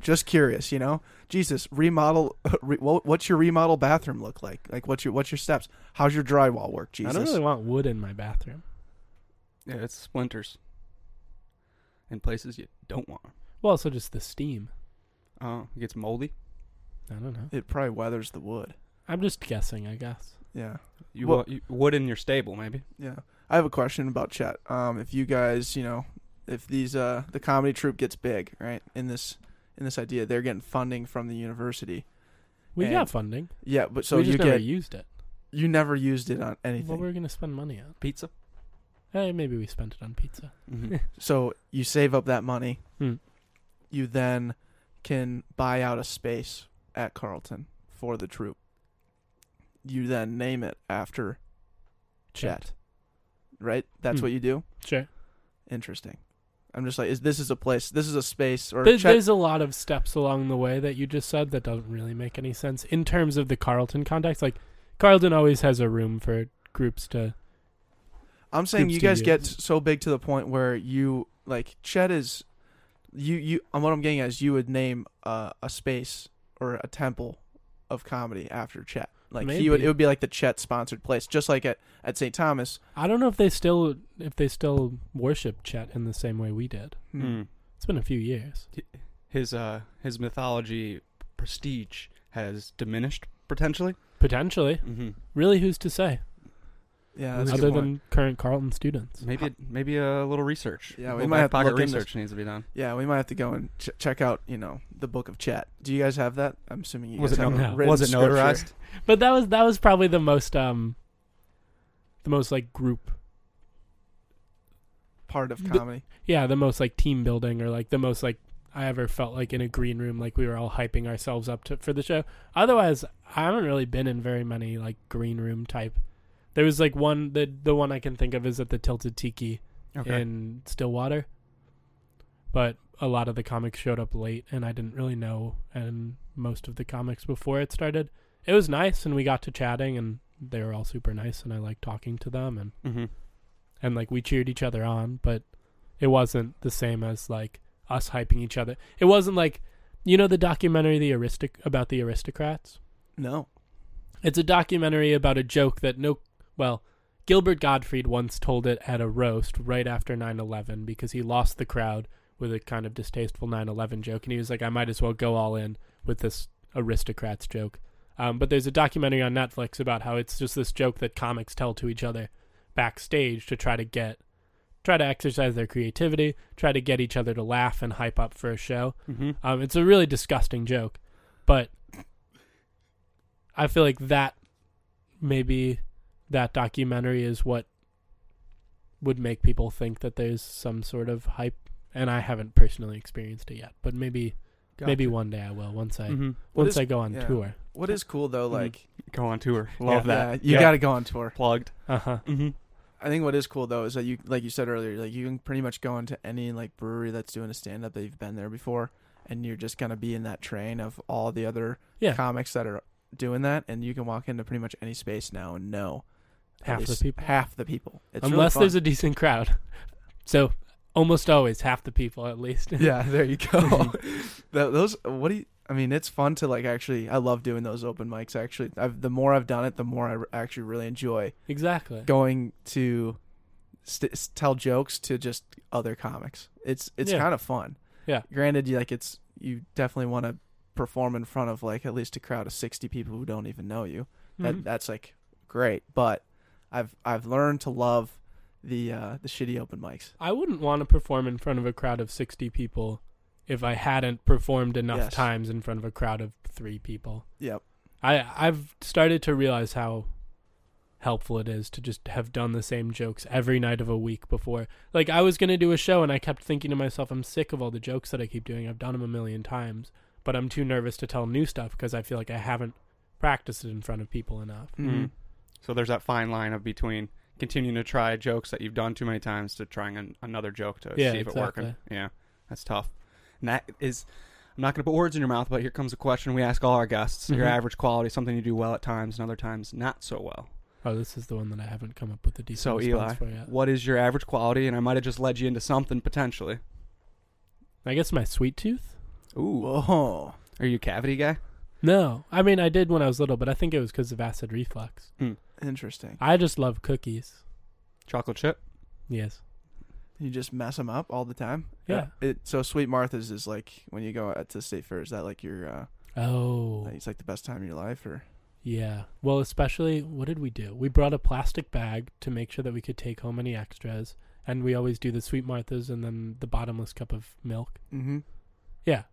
Speaker 1: Just curious, you know. Jesus, remodel. Re, what, what's your remodel bathroom look like? Like, what's your what's your steps? How's your drywall work, Jesus?
Speaker 3: i don't really want wood in my bathroom
Speaker 2: Yeah, it's splinters in places you don't want. 'em.
Speaker 3: well also just the steam
Speaker 2: Oh, it gets moldy.
Speaker 3: i don't know
Speaker 1: It probably weathers the wood.
Speaker 3: i'm just guessing i guess
Speaker 1: Yeah,
Speaker 2: You,
Speaker 1: Well-
Speaker 2: well, you wood in your stable, maybe.
Speaker 1: yeah. I have a question about chat. Um, if you guys, you know, if these uh the comedy troupe gets big, right? In this in this idea, they're getting funding from the university.
Speaker 3: we
Speaker 1: And-
Speaker 3: got funding
Speaker 1: Yeah, but so
Speaker 3: we just
Speaker 1: you
Speaker 3: never
Speaker 1: get
Speaker 3: used it
Speaker 1: you never used it on
Speaker 3: what
Speaker 1: anything.
Speaker 3: were we gonna spend money on
Speaker 2: Pizza.
Speaker 3: hey maybe we spent it on pizza
Speaker 1: Hmm.
Speaker 2: Mm-hmm.
Speaker 1: So you save up that money.
Speaker 3: Hmm.
Speaker 1: You then can buy out a space at Carlton for the troop. You then name it after Chet, right? That's
Speaker 3: Hmm.
Speaker 1: what you do.
Speaker 3: sure
Speaker 1: Interesting. I'm just like, is this is a place? This is a space or
Speaker 3: There,
Speaker 1: Chet?
Speaker 3: there's a lot of steps along the way that you just said that doesn't really make any sense in terms of the Carlton context. Like Carlton always has a room for groups to.
Speaker 1: I'm saying
Speaker 3: group
Speaker 1: you guys
Speaker 3: studio.
Speaker 1: get so big to the point where you like Chet is, you you. And what I'm getting at is you would name uh, a space or a temple of comedy after Chet. Like he would,
Speaker 3: Maybe.
Speaker 1: it would be like the Chet sponsored place, just like at at St. Thomas.
Speaker 3: I don't know if they still if they still worship Chet in the same way we did.
Speaker 2: Hmm.
Speaker 3: It's been a few years.
Speaker 2: His uh his mythology prestige has diminished potentially.
Speaker 3: Potentially,
Speaker 2: Mm-hmm.
Speaker 3: really, who's to say?
Speaker 1: Yeah, that's a
Speaker 3: Other
Speaker 1: good point.
Speaker 3: than current Carlton students,
Speaker 2: Maybe maybe a little research.
Speaker 1: Yeah, we
Speaker 2: Little
Speaker 1: might have to
Speaker 2: back pocket
Speaker 1: look into
Speaker 2: research needs to be done.
Speaker 1: yeah, we might have to go and ch- check out you know the Book of Chet. Do you guys have that? I'm assuming you
Speaker 2: Was
Speaker 1: guys
Speaker 2: it,
Speaker 1: have
Speaker 3: no-
Speaker 1: a
Speaker 2: no,
Speaker 1: written
Speaker 2: was it
Speaker 1: scripture.
Speaker 2: notarized?
Speaker 3: but that was that was probably the most um, the most like group
Speaker 1: part of
Speaker 3: But-
Speaker 1: comedy.
Speaker 3: yeah, the most like team building or like the most like I ever felt like in a green room, like we were all hyping ourselves up to for the show. Otherwise, I haven't really been in very many like green room type. There was like one the the one I can think of is at the Tilted Tiki
Speaker 2: Okay.
Speaker 3: in Stillwater, but a lot of the comics showed up late, and I didn't really know and most of the comics before it started. It was nice, and we got to chatting, and they were all super nice, and I liked talking to them, and
Speaker 2: hmm
Speaker 3: and like we cheered each other on, but it wasn't the same as like us hyping each other. It wasn't like you know the documentary the aristic about the aristocrats.
Speaker 1: No.
Speaker 3: It's a documentary about a joke that no well, Gilbert Gottfried once told it at a roast right after 9/11 because he lost the crowd with a kind of distasteful 9/11 joke and he was like I might as well go all in with this aristocrats joke. Um, but there's a documentary on Netflix about how it's just this joke that comics tell to each other backstage to try to get try to exercise their creativity, try to get each other to laugh and hype up for a show.
Speaker 2: hmm
Speaker 3: Um, it's a really disgusting joke, but I feel like that maybe that documentary is what would make people think that there's some sort of hype. And I haven't personally experienced it yet, but maybe maybe one day I will once I
Speaker 2: hmm
Speaker 1: What
Speaker 3: once
Speaker 1: is-
Speaker 3: I go on
Speaker 1: Mm-hmm. yeah.
Speaker 3: tour.
Speaker 1: What is cool though,
Speaker 2: Mhm.
Speaker 1: like
Speaker 2: Go on tour. Love
Speaker 1: yeah,
Speaker 2: that.
Speaker 1: you
Speaker 2: Yeah.
Speaker 1: got to go on tour.
Speaker 2: plugged.
Speaker 3: Uh huh.
Speaker 2: Mm-hmm.
Speaker 1: I think what is cool though is that you, like you said earlier, like you can pretty much go into any like brewery that's doing a stand up that you've been there before, and you're just gonna be in that train of all the other
Speaker 3: Yeah.
Speaker 1: comics that are doing that, and you can walk into pretty much any space now and know at
Speaker 3: Half the
Speaker 1: least
Speaker 3: people.
Speaker 1: Half the people. It's really
Speaker 3: Unless
Speaker 1: fun.
Speaker 3: there's a decent crowd, so almost always half the people at least.
Speaker 1: yeah, there you go. Tho- those what do you? I mean, it's fun to like actually. I love doing those open mics. Actually, I've, the more I've done it, the more I re- actually really enjoy
Speaker 3: exactly.
Speaker 1: going to st- s- tell jokes to just other comics. It's it's
Speaker 3: Yeah.
Speaker 1: kind of fun.
Speaker 3: Yeah.
Speaker 1: Granted, you like it's you definitely want to perform in front of like at least a crowd of sixty people who don't even know you. That
Speaker 3: Mhm.
Speaker 1: that's like great, but I've I've learned to love the uh, the shitty open mics.
Speaker 3: I wouldn't want to perform in front of a crowd of 60 people if I hadn't performed enough
Speaker 1: Yes.
Speaker 3: times in front of a crowd of 3 people.
Speaker 1: Yep.
Speaker 3: I I've started to realize how helpful it is to just have done the same jokes every night of a week before. Like I was going to do a show and I kept thinking to myself I'm sick of all the jokes that I keep doing. I've done them a million times, but I'm too nervous to tell new stuff because I feel like I haven't practiced it in front of people enough.
Speaker 2: Mhm. So there's that fine line of between continuing to try jokes that you've done too many times to trying an, another joke to
Speaker 3: Yeah,
Speaker 2: see if it working.
Speaker 3: exactly.
Speaker 2: Yeah, that's tough. And that is, I'm not going to put words in your mouth, but here comes a question we ask all our guests: your
Speaker 3: Mhm.
Speaker 2: average quality, something you do well at times, and other times not so well.
Speaker 3: Oh, this is the one that I haven't come up with a decent
Speaker 2: So,
Speaker 3: response for yet.
Speaker 2: What is your average quality? And I might have just led you into something potentially.
Speaker 3: I guess my sweet tooth
Speaker 2: Ooh,
Speaker 1: Whoa.
Speaker 2: are you a cavity guy?
Speaker 3: No, I mean I did when I was little, but I think it was because of acid reflux.
Speaker 1: Interesting.
Speaker 3: I just love cookies.
Speaker 2: Chocolate chip?
Speaker 3: Yes.
Speaker 1: You just mess them up all the time. Uh,
Speaker 3: Yeah.
Speaker 1: It, so Sweet Martha's is like when you go out to state fair. Is that like your? uh
Speaker 3: Oh,
Speaker 1: It's like the best time of your life, or
Speaker 3: yeah. Well, especially what did we do? We brought a plastic bag to make sure that we could take home any extras, and we always do the sweet Marthas and then the bottomless cup of milk.
Speaker 1: mm-hmm.
Speaker 3: Yeah,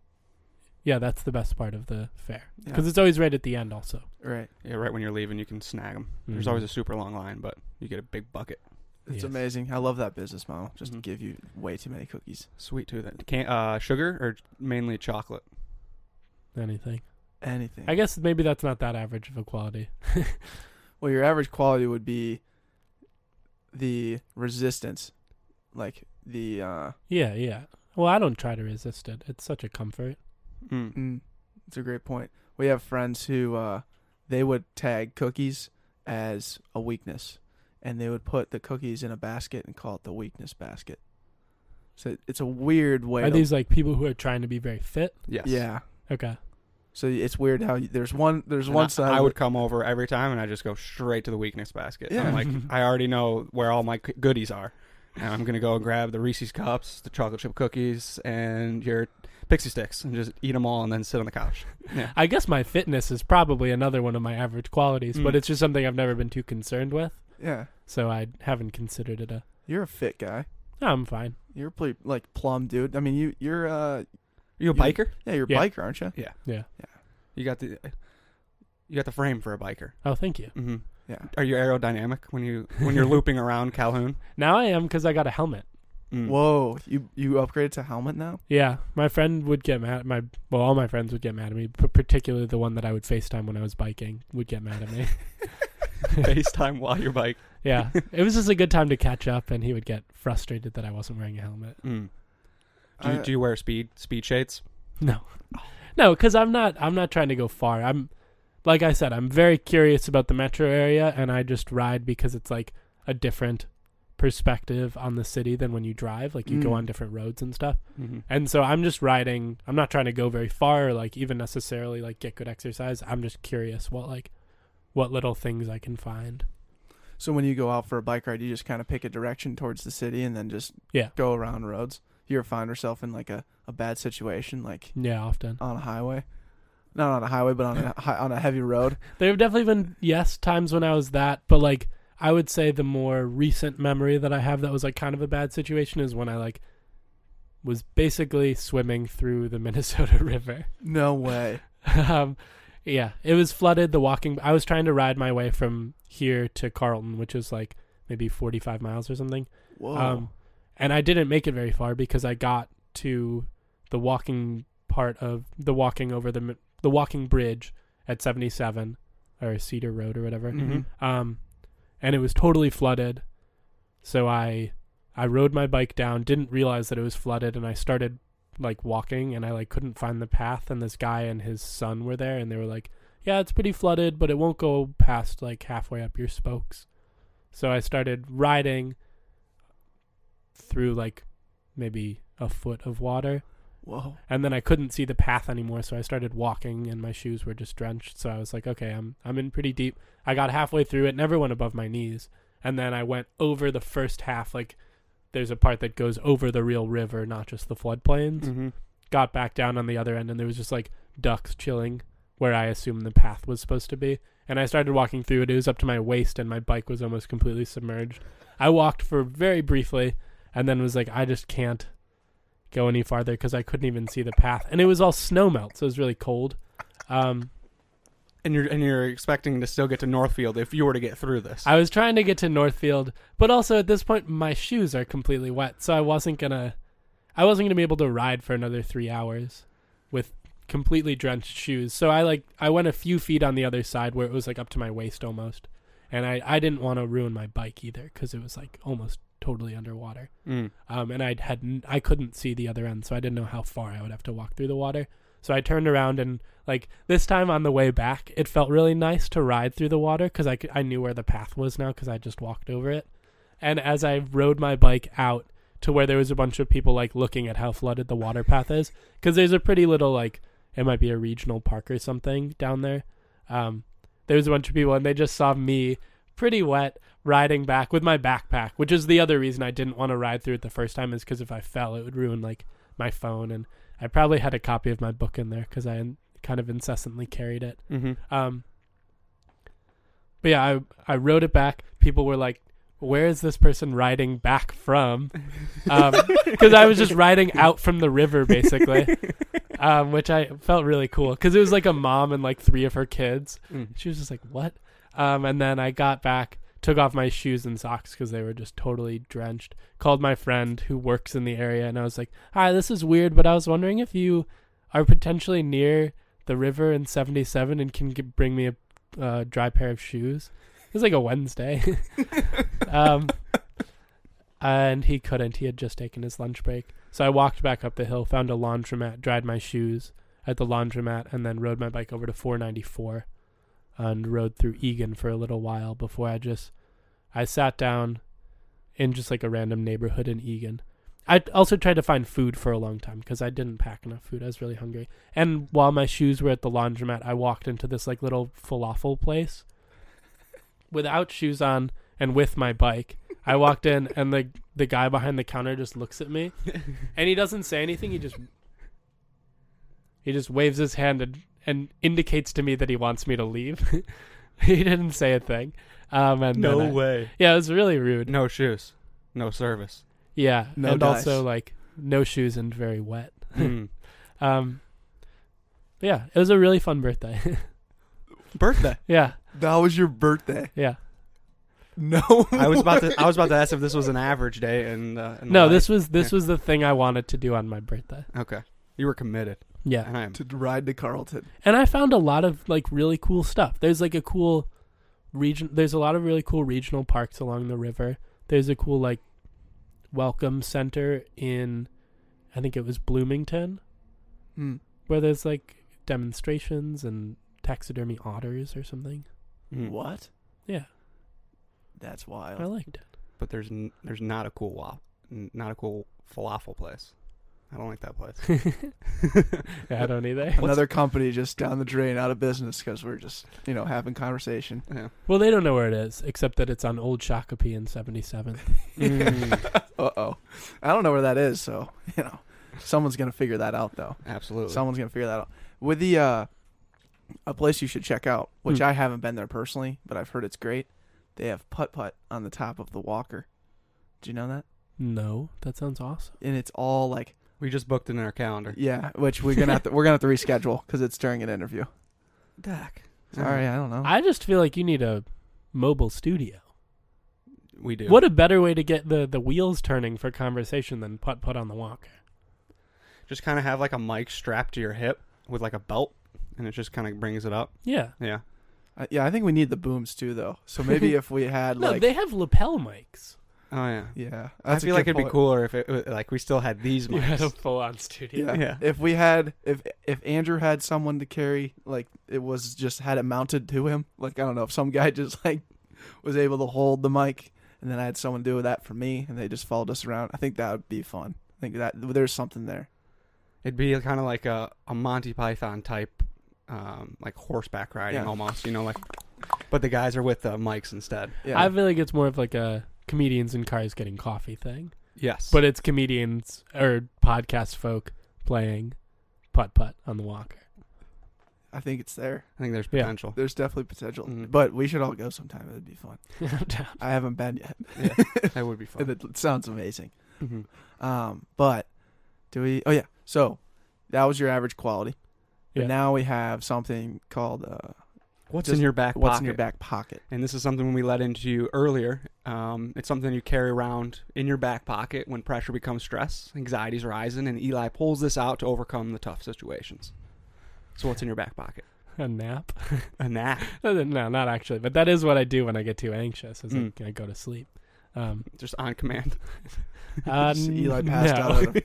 Speaker 3: yeah. That's the best part of the fair
Speaker 1: Yeah.
Speaker 3: because it's always right at the end. Also,
Speaker 1: right.
Speaker 2: Yeah, right when you're leaving, you can snag them. There's
Speaker 3: Mhm.
Speaker 2: always a super long line, but you get a big bucket.
Speaker 1: It's
Speaker 3: Yes.
Speaker 1: amazing. I love that business model. Just
Speaker 2: Mhm.
Speaker 1: give you way too many cookies.
Speaker 2: Sweet tooth. Can uh, sugar or mainly chocolate?
Speaker 3: anything.
Speaker 1: Anything.
Speaker 3: I guess maybe that's not that average of a quality.
Speaker 1: well, your average quality would be the resistance, like the uh
Speaker 3: yeah, yeah. Well, I don't try to resist it. It's such a comfort.
Speaker 2: Mm.
Speaker 1: Mm, it's a great point. We have friends who uh, they would tag cookies as a weakness, and they would put the cookies in a basket and call it the weakness basket. So it's a weird way.
Speaker 3: Are
Speaker 1: to,
Speaker 3: these like people who are trying to be very fit?
Speaker 2: Yes.
Speaker 1: Yeah.
Speaker 3: Okay.
Speaker 1: So it's weird how you, there's one there's
Speaker 2: And I-
Speaker 1: one side.
Speaker 2: I,
Speaker 1: of
Speaker 2: would
Speaker 1: it-
Speaker 2: come over every time, and I just go straight to the weakness basket.
Speaker 1: Yeah.
Speaker 2: I'm like, I already know where all my c- goodies are, and I'm gonna go and grab the Reese's cups, the chocolate chip cookies, and your pixie sticks, and just eat them all, and then sit on the couch. Yeah.
Speaker 3: I guess my fitness is probably another one of my average qualities, but
Speaker 2: Mm.
Speaker 3: it's just something I've never been too concerned with,
Speaker 1: yeah.
Speaker 3: so I haven't considered it a.
Speaker 1: You're a fit guy.
Speaker 3: No, I'm fine.
Speaker 1: You're pretty like plum dude. I mean you you're uh
Speaker 2: Are you a
Speaker 1: You-
Speaker 2: biker?
Speaker 1: yeah you're a
Speaker 3: Yeah.
Speaker 1: biker aren't you?
Speaker 2: You got the, you got the frame for a biker.
Speaker 3: Oh, thank you.
Speaker 2: Mm-hmm.
Speaker 1: Yeah.
Speaker 2: Are you aerodynamic when you when you're looping around Calhoun?
Speaker 3: Now I am because I got a helmet.
Speaker 2: Mm.
Speaker 1: Whoa, you you upgraded to helmet now?
Speaker 3: Yeah, my friend would get mad. My well, all my friends would get mad at me, but particularly the one that I would FaceTime when I was biking would get mad at me.
Speaker 2: FaceTime while you're bike.
Speaker 3: yeah, it was just a good time to catch up, and he would get frustrated that I wasn't wearing a helmet.
Speaker 2: Mm. Do, you,
Speaker 1: I-
Speaker 2: do you wear speed speed shades?
Speaker 3: No, no, because I'm not. I'm not trying to go far. I'm, like I said, I'm very curious about the metro area, and I just ride because it's like a different perspective on the city than when you drive. Like you go
Speaker 1: Mm.
Speaker 3: on different roads and stuff.
Speaker 2: Mm-hmm.
Speaker 3: And so I'm just riding. I'm not trying to go very far or like even necessarily like get good exercise. I'm just curious what like what little things I can find.
Speaker 1: So when you go out for a bike ride, you just kind of pick a direction towards the city and then just
Speaker 3: Yeah.
Speaker 1: go around roads. You ever find yourself in like a, a bad situation, like
Speaker 3: Yeah, often.
Speaker 1: on a highway? Not on a highway, but on a hi- on a heavy road.
Speaker 3: There have definitely been yes times when I was that, but like I would say the more recent memory that I have that was like kind of a bad situation is when I like was basically swimming through the Minnesota River.
Speaker 1: No way.
Speaker 3: um, yeah, it was flooded. The walking, I was trying to ride my way from here to Carlton, which is like maybe 45 miles or something.
Speaker 1: Whoa.
Speaker 3: Um, and I didn't make it very far because I got to the walking part of the walking over the mi- the walking bridge at 77 or Cedar Road or whatever.
Speaker 2: Mhm.
Speaker 3: Um, and it was totally flooded. So I I rode my bike down, didn't realize that it was flooded, and I started like walking, and I like couldn't find the path. And this guy and his son were there, and they were like, "Yeah, it's pretty flooded, but it won't go past like halfway up your spokes." So I started riding through like maybe a foot of water
Speaker 1: Whoa.
Speaker 3: and then I couldn't see the path anymore, so I started walking, and my shoes were just drenched. So I was like, okay, I'm I'm in pretty deep. I got halfway through it, never went above my knees, and then I went over the first half. Like, there's a part that goes over the real river, not just the floodplains.
Speaker 2: Mm-hmm.
Speaker 3: Got back down on the other end, and there was just like ducks chilling where I assumed the path was supposed to be. And I started walking through it. It was up to my waist, and my bike was almost completely submerged. I walked for very briefly, and then was like, I just can't go any farther because I couldn't even see the path, and it was all snow melt, so it was really cold. Um,
Speaker 2: And you're and you're expecting to still get to Northfield if you were to get through this.
Speaker 3: I was trying to get to Northfield, but also at this point, my shoes are completely wet, so I wasn't gonna, I wasn't gonna be able to ride for another three hours with completely drenched shoes. So I like I went a few feet on the other side where it was like up to my waist almost, and I I didn't want to ruin my bike either because it was like almost totally underwater.
Speaker 2: Mm.
Speaker 3: um, and I had n- I couldn't see the other end, so I didn't know how far I would have to walk through the water. So I turned around and like this time on the way back, it felt really nice to ride through the water because I, c- I knew where the path was now because I just walked over it. And as I rode my bike out to where there was a bunch of people like looking at how flooded the water path is, because there's a pretty little like it might be a regional park or something down there. Um, there was a bunch of people and they just saw me pretty wet riding back with my backpack, which is the other reason I didn't want to ride through it the first time is because if I fell, it would ruin like my phone, and I probably had a copy of my book in there because I in- kind of incessantly carried it.
Speaker 2: Mm-hmm.
Speaker 3: Um, but yeah, I I rode it back. People were like, "Where is this person riding back from?" Because I was just riding out from the river, basically, um, which I felt really cool because it was like a mom and like three of her kids.
Speaker 2: Mm.
Speaker 3: She was just like, "What?" Um, and then I got back, took off my shoes and socks because they were just totally drenched. Called my friend who works in the area, and I was like, "Hi, this is weird, but I was wondering if you are potentially near the river in '77 and can g- bring me a uh, dry pair of shoes." It was like a Wednesday, um, and he couldn't. He had just taken his lunch break, so I walked back up the hill, found a laundromat, dried my shoes at the laundromat, and then rode my bike over to 494 and rode through Egan for a little while before I just I sat down in just like a random neighborhood in Egan. I also tried to find food for a long time because I didn't pack enough food. I was really hungry. And while my shoes were at the laundromat, I walked into this like little falafel place without shoes on and with my bike. I walked in and the the guy behind the counter just looks at me and he doesn't say anything. He just he just waves his hand and, and indicates to me that he wants me to leave. he didn't say a thing. Um, and then I-
Speaker 2: way.
Speaker 3: yeah, it was really rude.
Speaker 2: No shoes. No service.
Speaker 3: Yeah,
Speaker 1: No
Speaker 3: and
Speaker 1: dice.
Speaker 3: also like no shoes and very wet.
Speaker 2: Mm.
Speaker 3: Um, but yeah, it was a really fun birthday.
Speaker 2: Birthday.
Speaker 3: yeah,
Speaker 1: That was your birthday.
Speaker 3: yeah.
Speaker 1: No.
Speaker 2: I was about to I was about to ask if this was an average day and uh, in
Speaker 3: No,
Speaker 2: life.
Speaker 3: this was this was the thing I wanted to do on my birthday.
Speaker 2: okay. You were committed,
Speaker 3: Yeah.
Speaker 2: and I am.
Speaker 1: to ride to Carlton.
Speaker 3: And I found a lot of like really cool stuff. There's like a cool region there's a lot of really cool regional parks along the river. There's a cool like welcome center in I think it was Bloomington
Speaker 1: Hmm.
Speaker 3: where there's like demonstrations and taxidermy otters or something.
Speaker 2: Mm.
Speaker 1: What?
Speaker 3: Yeah.
Speaker 1: That's wild.
Speaker 3: I liked it.
Speaker 2: But there's n- there's not a cool wop, n- not a cool falafel place. I don't like that place.
Speaker 3: I don't either.
Speaker 1: Another company just down the drain, out of business because we're just you know having conversation.
Speaker 2: Yeah.
Speaker 3: Well, they don't know where it is, except that it's on Old Shakopee in 77.
Speaker 1: Uh oh. I don't know where that is, so you know someone's gonna figure that out though.
Speaker 2: Absolutely.
Speaker 1: Someone's gonna figure that out. With the uh, a place you should check out, which
Speaker 3: Hmm.
Speaker 1: I haven't been there personally, but I've heard it's great. They have putt putt on the top of the walker. Do you know that?
Speaker 3: No, that sounds awesome.
Speaker 1: And it's all like
Speaker 2: we just booked it in our calendar.
Speaker 1: yeah, which we're gonna have to, we're gonna have to reschedule because it's during an interview.
Speaker 2: Doc.
Speaker 1: Sorry, I don't know.
Speaker 3: I just feel like you need a mobile studio.
Speaker 2: We do.
Speaker 3: What a better way to get the, the wheels turning for conversation than putt putt on the walk.
Speaker 2: Just kind of have like a mic strapped to your hip with like a belt, and it just kind of brings it up.
Speaker 3: Yeah.
Speaker 2: Yeah.
Speaker 1: I, yeah, I think we need the booms too, though. So maybe if we had
Speaker 3: No,
Speaker 1: like
Speaker 3: they have lapel mics.
Speaker 2: Oh yeah.
Speaker 1: yeah,
Speaker 2: I
Speaker 1: that's a
Speaker 2: feel like
Speaker 1: good
Speaker 2: it'd be
Speaker 1: point.
Speaker 2: cooler if it like we still had these
Speaker 3: You had a
Speaker 2: mics.
Speaker 3: full on studio.
Speaker 1: Yeah.
Speaker 2: Yeah.
Speaker 1: If we had if if Andrew had someone to carry, like it was just had it mounted to him. Like I don't know if some guy just like was able to hold the mic, and then I had someone do that for me, and they just followed us around. I think that would be fun. I think that there's something there.
Speaker 2: It'd be kind of like a, a Monty Python type, um, like horseback riding
Speaker 1: Yeah.
Speaker 2: almost. You know, like. But the guys are with the mics instead.
Speaker 1: Yeah.
Speaker 3: I feel like it's more of like a comedians in cars getting coffee thing.
Speaker 2: Yes.
Speaker 3: But it's comedians or podcast folk playing putt putt on the walker.
Speaker 1: I think it's there.
Speaker 2: I think there's
Speaker 3: Yeah.
Speaker 2: potential.
Speaker 1: There's definitely potential,
Speaker 2: Mhm.
Speaker 1: but we should all go sometime. It'd be fun.
Speaker 3: I'm down.
Speaker 1: I haven't been yet,
Speaker 2: That would be fun.
Speaker 1: and it sounds amazing.
Speaker 2: Mhm.
Speaker 1: Um, but do we? Oh yeah. So that was your average quality. But
Speaker 3: Yeah.
Speaker 1: now we have something called uh,
Speaker 2: What's
Speaker 1: Just
Speaker 2: in your back
Speaker 1: what's
Speaker 2: pocket?
Speaker 1: in your back pocket.
Speaker 2: And this is something we led into you earlier. Um, it's something you carry around in your back pocket when pressure becomes stress, anxiety's rising, and Eli pulls this out to overcome the tough situations. So what's in your back pocket?
Speaker 3: A nap.
Speaker 2: A nap.
Speaker 3: No, not actually, but that is what I do when I get too anxious. Is
Speaker 1: Mm.
Speaker 3: like, I go to sleep. Um,
Speaker 2: Just on command.
Speaker 3: uh,
Speaker 1: Just Eli passed
Speaker 3: no,
Speaker 1: out. on him.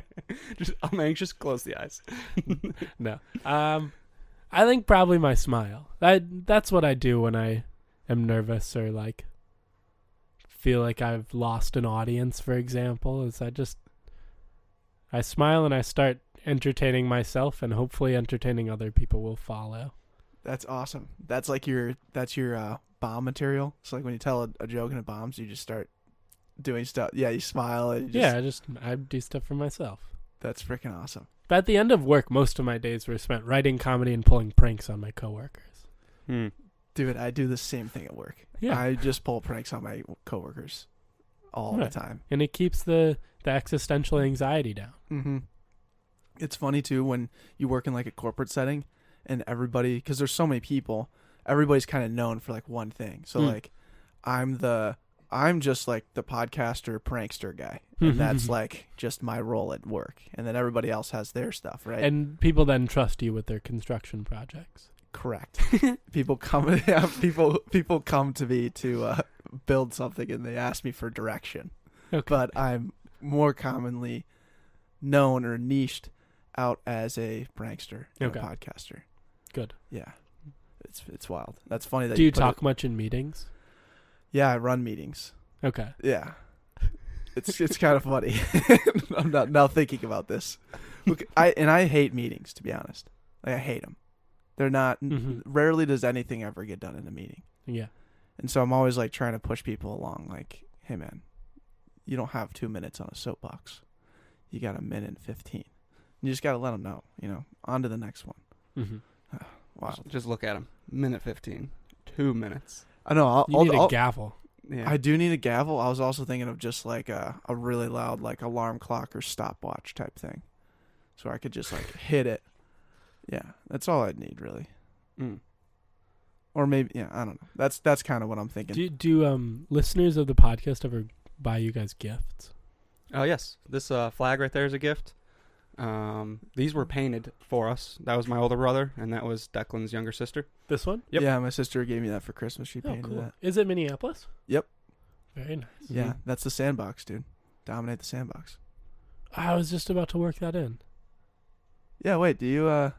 Speaker 2: Just I'm anxious. Close the eyes.
Speaker 3: No, um, I think probably my smile. I that's what I do when I am nervous or like feel like I've lost an audience. For example, is I just I smile and I start entertaining myself, and hopefully entertaining other people will follow.
Speaker 1: That's awesome. That's like your that's your uh, bomb material. It's like when you tell a, a joke and it bombs, you just start doing stuff. Yeah, you smile. And you just,
Speaker 3: yeah, I just I do stuff for myself.
Speaker 1: that's freaking awesome.
Speaker 3: But at the end of work, most of my days were spent writing comedy and pulling pranks on my coworkers.
Speaker 2: Hmm.
Speaker 1: Dude, I do the same thing at work.
Speaker 3: Yeah,
Speaker 1: I just pull pranks on my coworkers all
Speaker 3: Right.
Speaker 1: the time.
Speaker 3: and it keeps the the existential anxiety down.
Speaker 1: Mm-hmm. It's funny too when you work in like a corporate setting and everybody, because there's so many people, everybody's kind of known for like one thing. So
Speaker 2: Hmm.
Speaker 1: like, I'm the I'm just like the podcaster prankster guy, and that's like just my role at work. And then everybody else has their stuff, right?
Speaker 3: And people then trust you with their construction projects.
Speaker 1: Correct. people come, yeah, people people come to me to uh, build something, and they ask me for direction.
Speaker 3: Okay.
Speaker 1: But I'm more commonly known or niched out as a prankster, and
Speaker 3: Okay.
Speaker 1: a podcaster.
Speaker 3: Good.
Speaker 1: Yeah, it's it's wild. That's funny that
Speaker 3: Do you
Speaker 1: put it-
Speaker 3: talk much in meetings?
Speaker 1: yeah, I run meetings.
Speaker 3: Okay.
Speaker 1: Yeah, it's it's kind of funny. I'm not now thinking about this. Look, I and I hate meetings to be honest. Like I hate them. They're not.
Speaker 3: Mhm.
Speaker 1: Rarely does anything ever get done in a meeting.
Speaker 3: Yeah.
Speaker 1: And so I'm always like trying to push people along, like, hey man, you don't have two minutes on a soapbox. You got a minute and 15. You just got to let them know, you know, on to the next one.
Speaker 3: Mm-hmm.
Speaker 1: Wow.
Speaker 2: Just- Just look at him. Minute fifteen. Two minutes.
Speaker 1: I know. I'll,
Speaker 3: You
Speaker 1: I'll,
Speaker 3: need
Speaker 1: I'll-
Speaker 3: a gavel.
Speaker 2: Yeah.
Speaker 1: I do need a gavel. I was also thinking of just like a, a really loud, like alarm clock or stopwatch type thing. So
Speaker 2: Hmm.
Speaker 1: I could just like hit it. Yeah. That's all I'd need, really.
Speaker 2: Mm.
Speaker 1: or maybe yeah, I don't know. That's that's kind of what I'm thinking.
Speaker 3: Do do um listeners of the podcast ever buy you guys gifts?
Speaker 2: Oh yes, this uh, flag right there is a gift. Um, these were painted for us. That was my older brother, and that was Declan's younger sister.
Speaker 3: This one?
Speaker 2: Yep.
Speaker 1: Yeah, my sister gave me that for Christmas. She
Speaker 3: Oh,
Speaker 1: painted
Speaker 3: cool.
Speaker 1: that.
Speaker 3: Is it Minneapolis?
Speaker 1: Yep.
Speaker 3: Very nice.
Speaker 1: Yeah, that's the sandbox, dude. Dominate the sandbox.
Speaker 3: I was just about to work that in.
Speaker 1: Yeah, wait, do you uh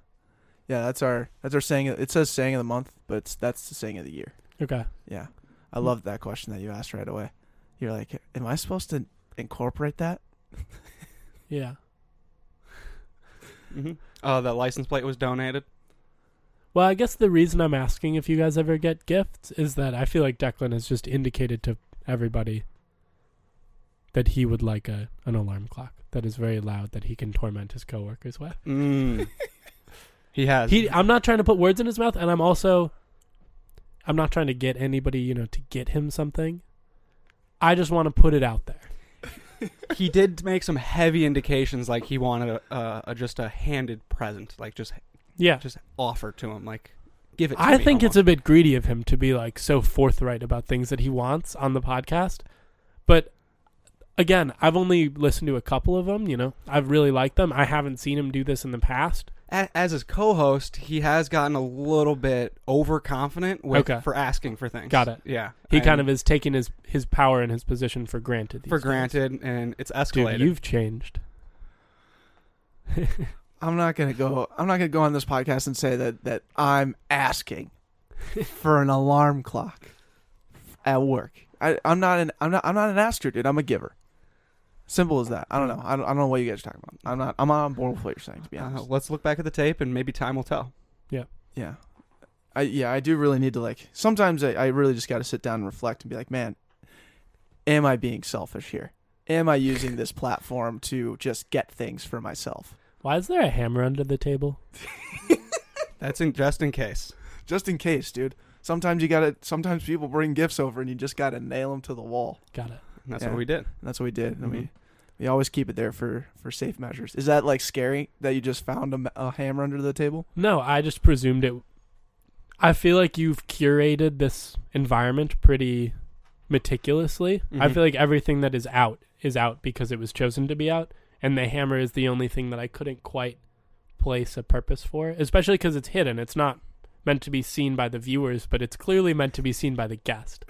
Speaker 1: Yeah, that's our that's our saying it says saying of the month, but it's, that's the saying of the year.
Speaker 3: Okay.
Speaker 1: Yeah. I love that question that you asked right away. You're like, am I supposed to incorporate that?
Speaker 3: Yeah.
Speaker 2: hmm Uh, the license plate was donated.
Speaker 3: Well, I guess the reason I'm asking if you guys ever get gifts is that I feel like Declan has just indicated to everybody that he would like a an alarm clock that is very loud that he can torment his coworkers with.
Speaker 2: Mm. he has.
Speaker 3: He I'm not trying to put words in his mouth and I'm also I'm not trying to get anybody, you know, to get him something. I just want to put it out there.
Speaker 2: he did make some heavy indications, like he wanted a, a, a just a handed present, like just
Speaker 3: Yeah.
Speaker 2: just offered to him, like give it. To
Speaker 3: I think it's a bit greedy of him to be like so forthright about things that he wants on the podcast. But again, I've only listened to a couple of them, you know. I've really liked them. I haven't seen him do this in the past.
Speaker 2: a- as his co-host, he has gotten a little bit overconfident with,
Speaker 3: Okay.
Speaker 2: for asking for things.
Speaker 3: Got it.
Speaker 2: Yeah,
Speaker 3: He
Speaker 2: And
Speaker 3: kind of is taking his his power and his position for granted. These
Speaker 2: for
Speaker 3: days.
Speaker 2: granted, and it's escalated.
Speaker 3: Dude, you've changed.
Speaker 1: I'm not gonna go. I'm not gonna go on this podcast and say that that I'm asking for an alarm clock at work. I, I'm not an. I'm not. I'm not an asker, dude. I'm a giver. Simple as that. I don't know. I don't, I don't know what you guys are talking about. I'm not. I'm not on board with what you're saying. To be
Speaker 2: uh,
Speaker 1: honest.
Speaker 2: let's look back at the tape, and maybe time will tell.
Speaker 1: yeah. I yeah. I do really need to like. Sometimes I, I really just got to sit down and reflect and be like, man, am I being selfish here? Am I using this platform to just get things for myself?
Speaker 3: Why is there a hammer under the table?
Speaker 2: That's in, just in case.
Speaker 1: just in case, dude. Sometimes you gotta. Sometimes people bring gifts over, and you just gotta nail them to the wall.
Speaker 3: Got it.
Speaker 2: And that's
Speaker 1: Yeah.
Speaker 2: what we did.
Speaker 1: And that's what we did. And we we always keep it there for for safe measures. Is that like scary that you just found a, ma- a hammer under the table?
Speaker 3: No, I just presumed it. I feel like you've curated this environment pretty meticulously. I
Speaker 2: Mhm.
Speaker 3: feel like everything that is out is out because it was chosen to be out, and the hammer is the only thing that I couldn't quite place a purpose for, especially because it's hidden. It's not meant to be seen by the viewers, but it's clearly meant to be seen by the guest,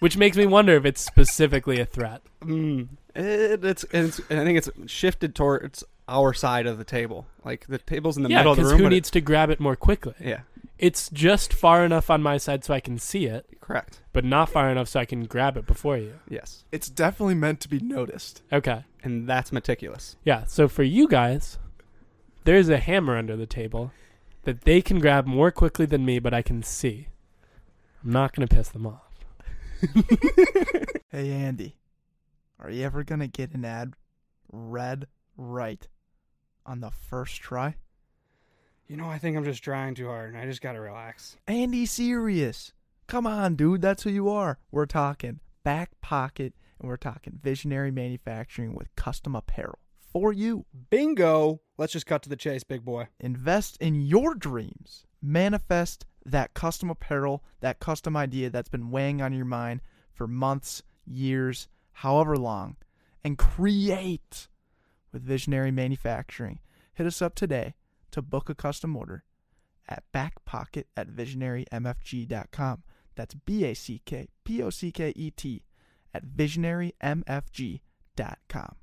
Speaker 3: which makes me wonder if it's specifically a threat.
Speaker 2: Mm. It, it's, it's. I think it's shifted towards our side of the table. Like the table's in the
Speaker 3: yeah,
Speaker 2: middle of the
Speaker 3: because
Speaker 2: room.
Speaker 3: who
Speaker 2: but it-
Speaker 3: needs to grab it more quickly?
Speaker 2: yeah,
Speaker 3: It's just far enough on my side so I can see it,
Speaker 2: correct.
Speaker 3: but not far enough so I can grab it before you.
Speaker 2: Yes,
Speaker 1: It's definitely meant to be noticed.
Speaker 3: Okay.
Speaker 2: and that's meticulous.
Speaker 3: Yeah. So for you guys, there's a hammer under the table that they can grab more quickly than me, but I can see. I'm not going to piss them off.
Speaker 1: Hey Andy, are you ever gonna get an ad read right on the first try?
Speaker 2: You know, I think I'm just trying too hard, and I just gotta relax.
Speaker 1: Andy, serious. Come on, dude. That's who you are. We're talking back pocket, and we're talking visionary manufacturing with custom apparel for you.
Speaker 2: Bingo! Let's just cut to the chase, big boy.
Speaker 1: Invest in your dreams. Manifest that custom apparel, that custom idea that's been weighing on your mind for months, years, however long, and create with Visionary Manufacturing. Hit us up today to book a custom order at backpocket at visionarymfg.com. That's B A C K P O C K E T at visionarymfg.com.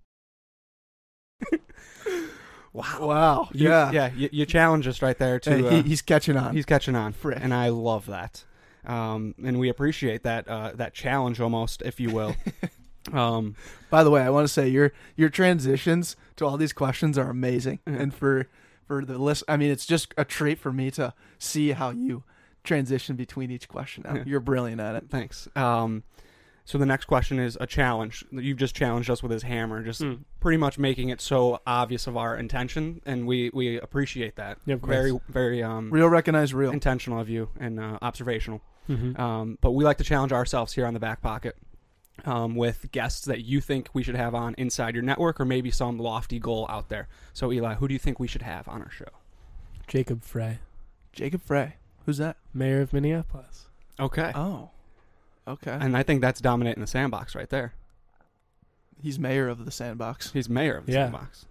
Speaker 2: Wow.
Speaker 1: Wow.
Speaker 2: You- Yeah. You, you challenge us right there to. uh,
Speaker 1: he's catching on.
Speaker 2: he's catching on,
Speaker 1: Frick.
Speaker 2: and I love that. Um, and we appreciate that uh, that challenge almost, if you will. um,
Speaker 1: By the way, I want to say your your transitions to all these questions are amazing,
Speaker 2: Yeah.
Speaker 1: and for for the list, I mean, it's just a treat for me to see how you transition between each question.
Speaker 2: Yeah.
Speaker 1: You're brilliant at it.
Speaker 2: thanks. Um, so the next question is a challenge. You've just challenged us with his hammer, just
Speaker 3: Mm.
Speaker 2: pretty much making it so obvious of our intention, and we we appreciate that.
Speaker 3: Yeah, of course.
Speaker 2: very very um
Speaker 1: Real recognize real.
Speaker 2: intentional of you and uh, observational.
Speaker 3: Mhm.
Speaker 2: Um, but we like to challenge ourselves here on the back pocket um, with guests that you think we should have on inside your network or maybe some lofty goal out there. So, Eli, who do you think we should have on our show?
Speaker 3: Jacob Frey.
Speaker 1: Jacob Frey. Who's that?
Speaker 3: mayor of Minneapolis.
Speaker 2: Okay.
Speaker 1: Oh, okay.
Speaker 2: and I think that's dominating the sandbox right there.
Speaker 1: He's mayor of the sandbox.
Speaker 2: He's mayor of the
Speaker 3: Yeah.
Speaker 2: sandbox.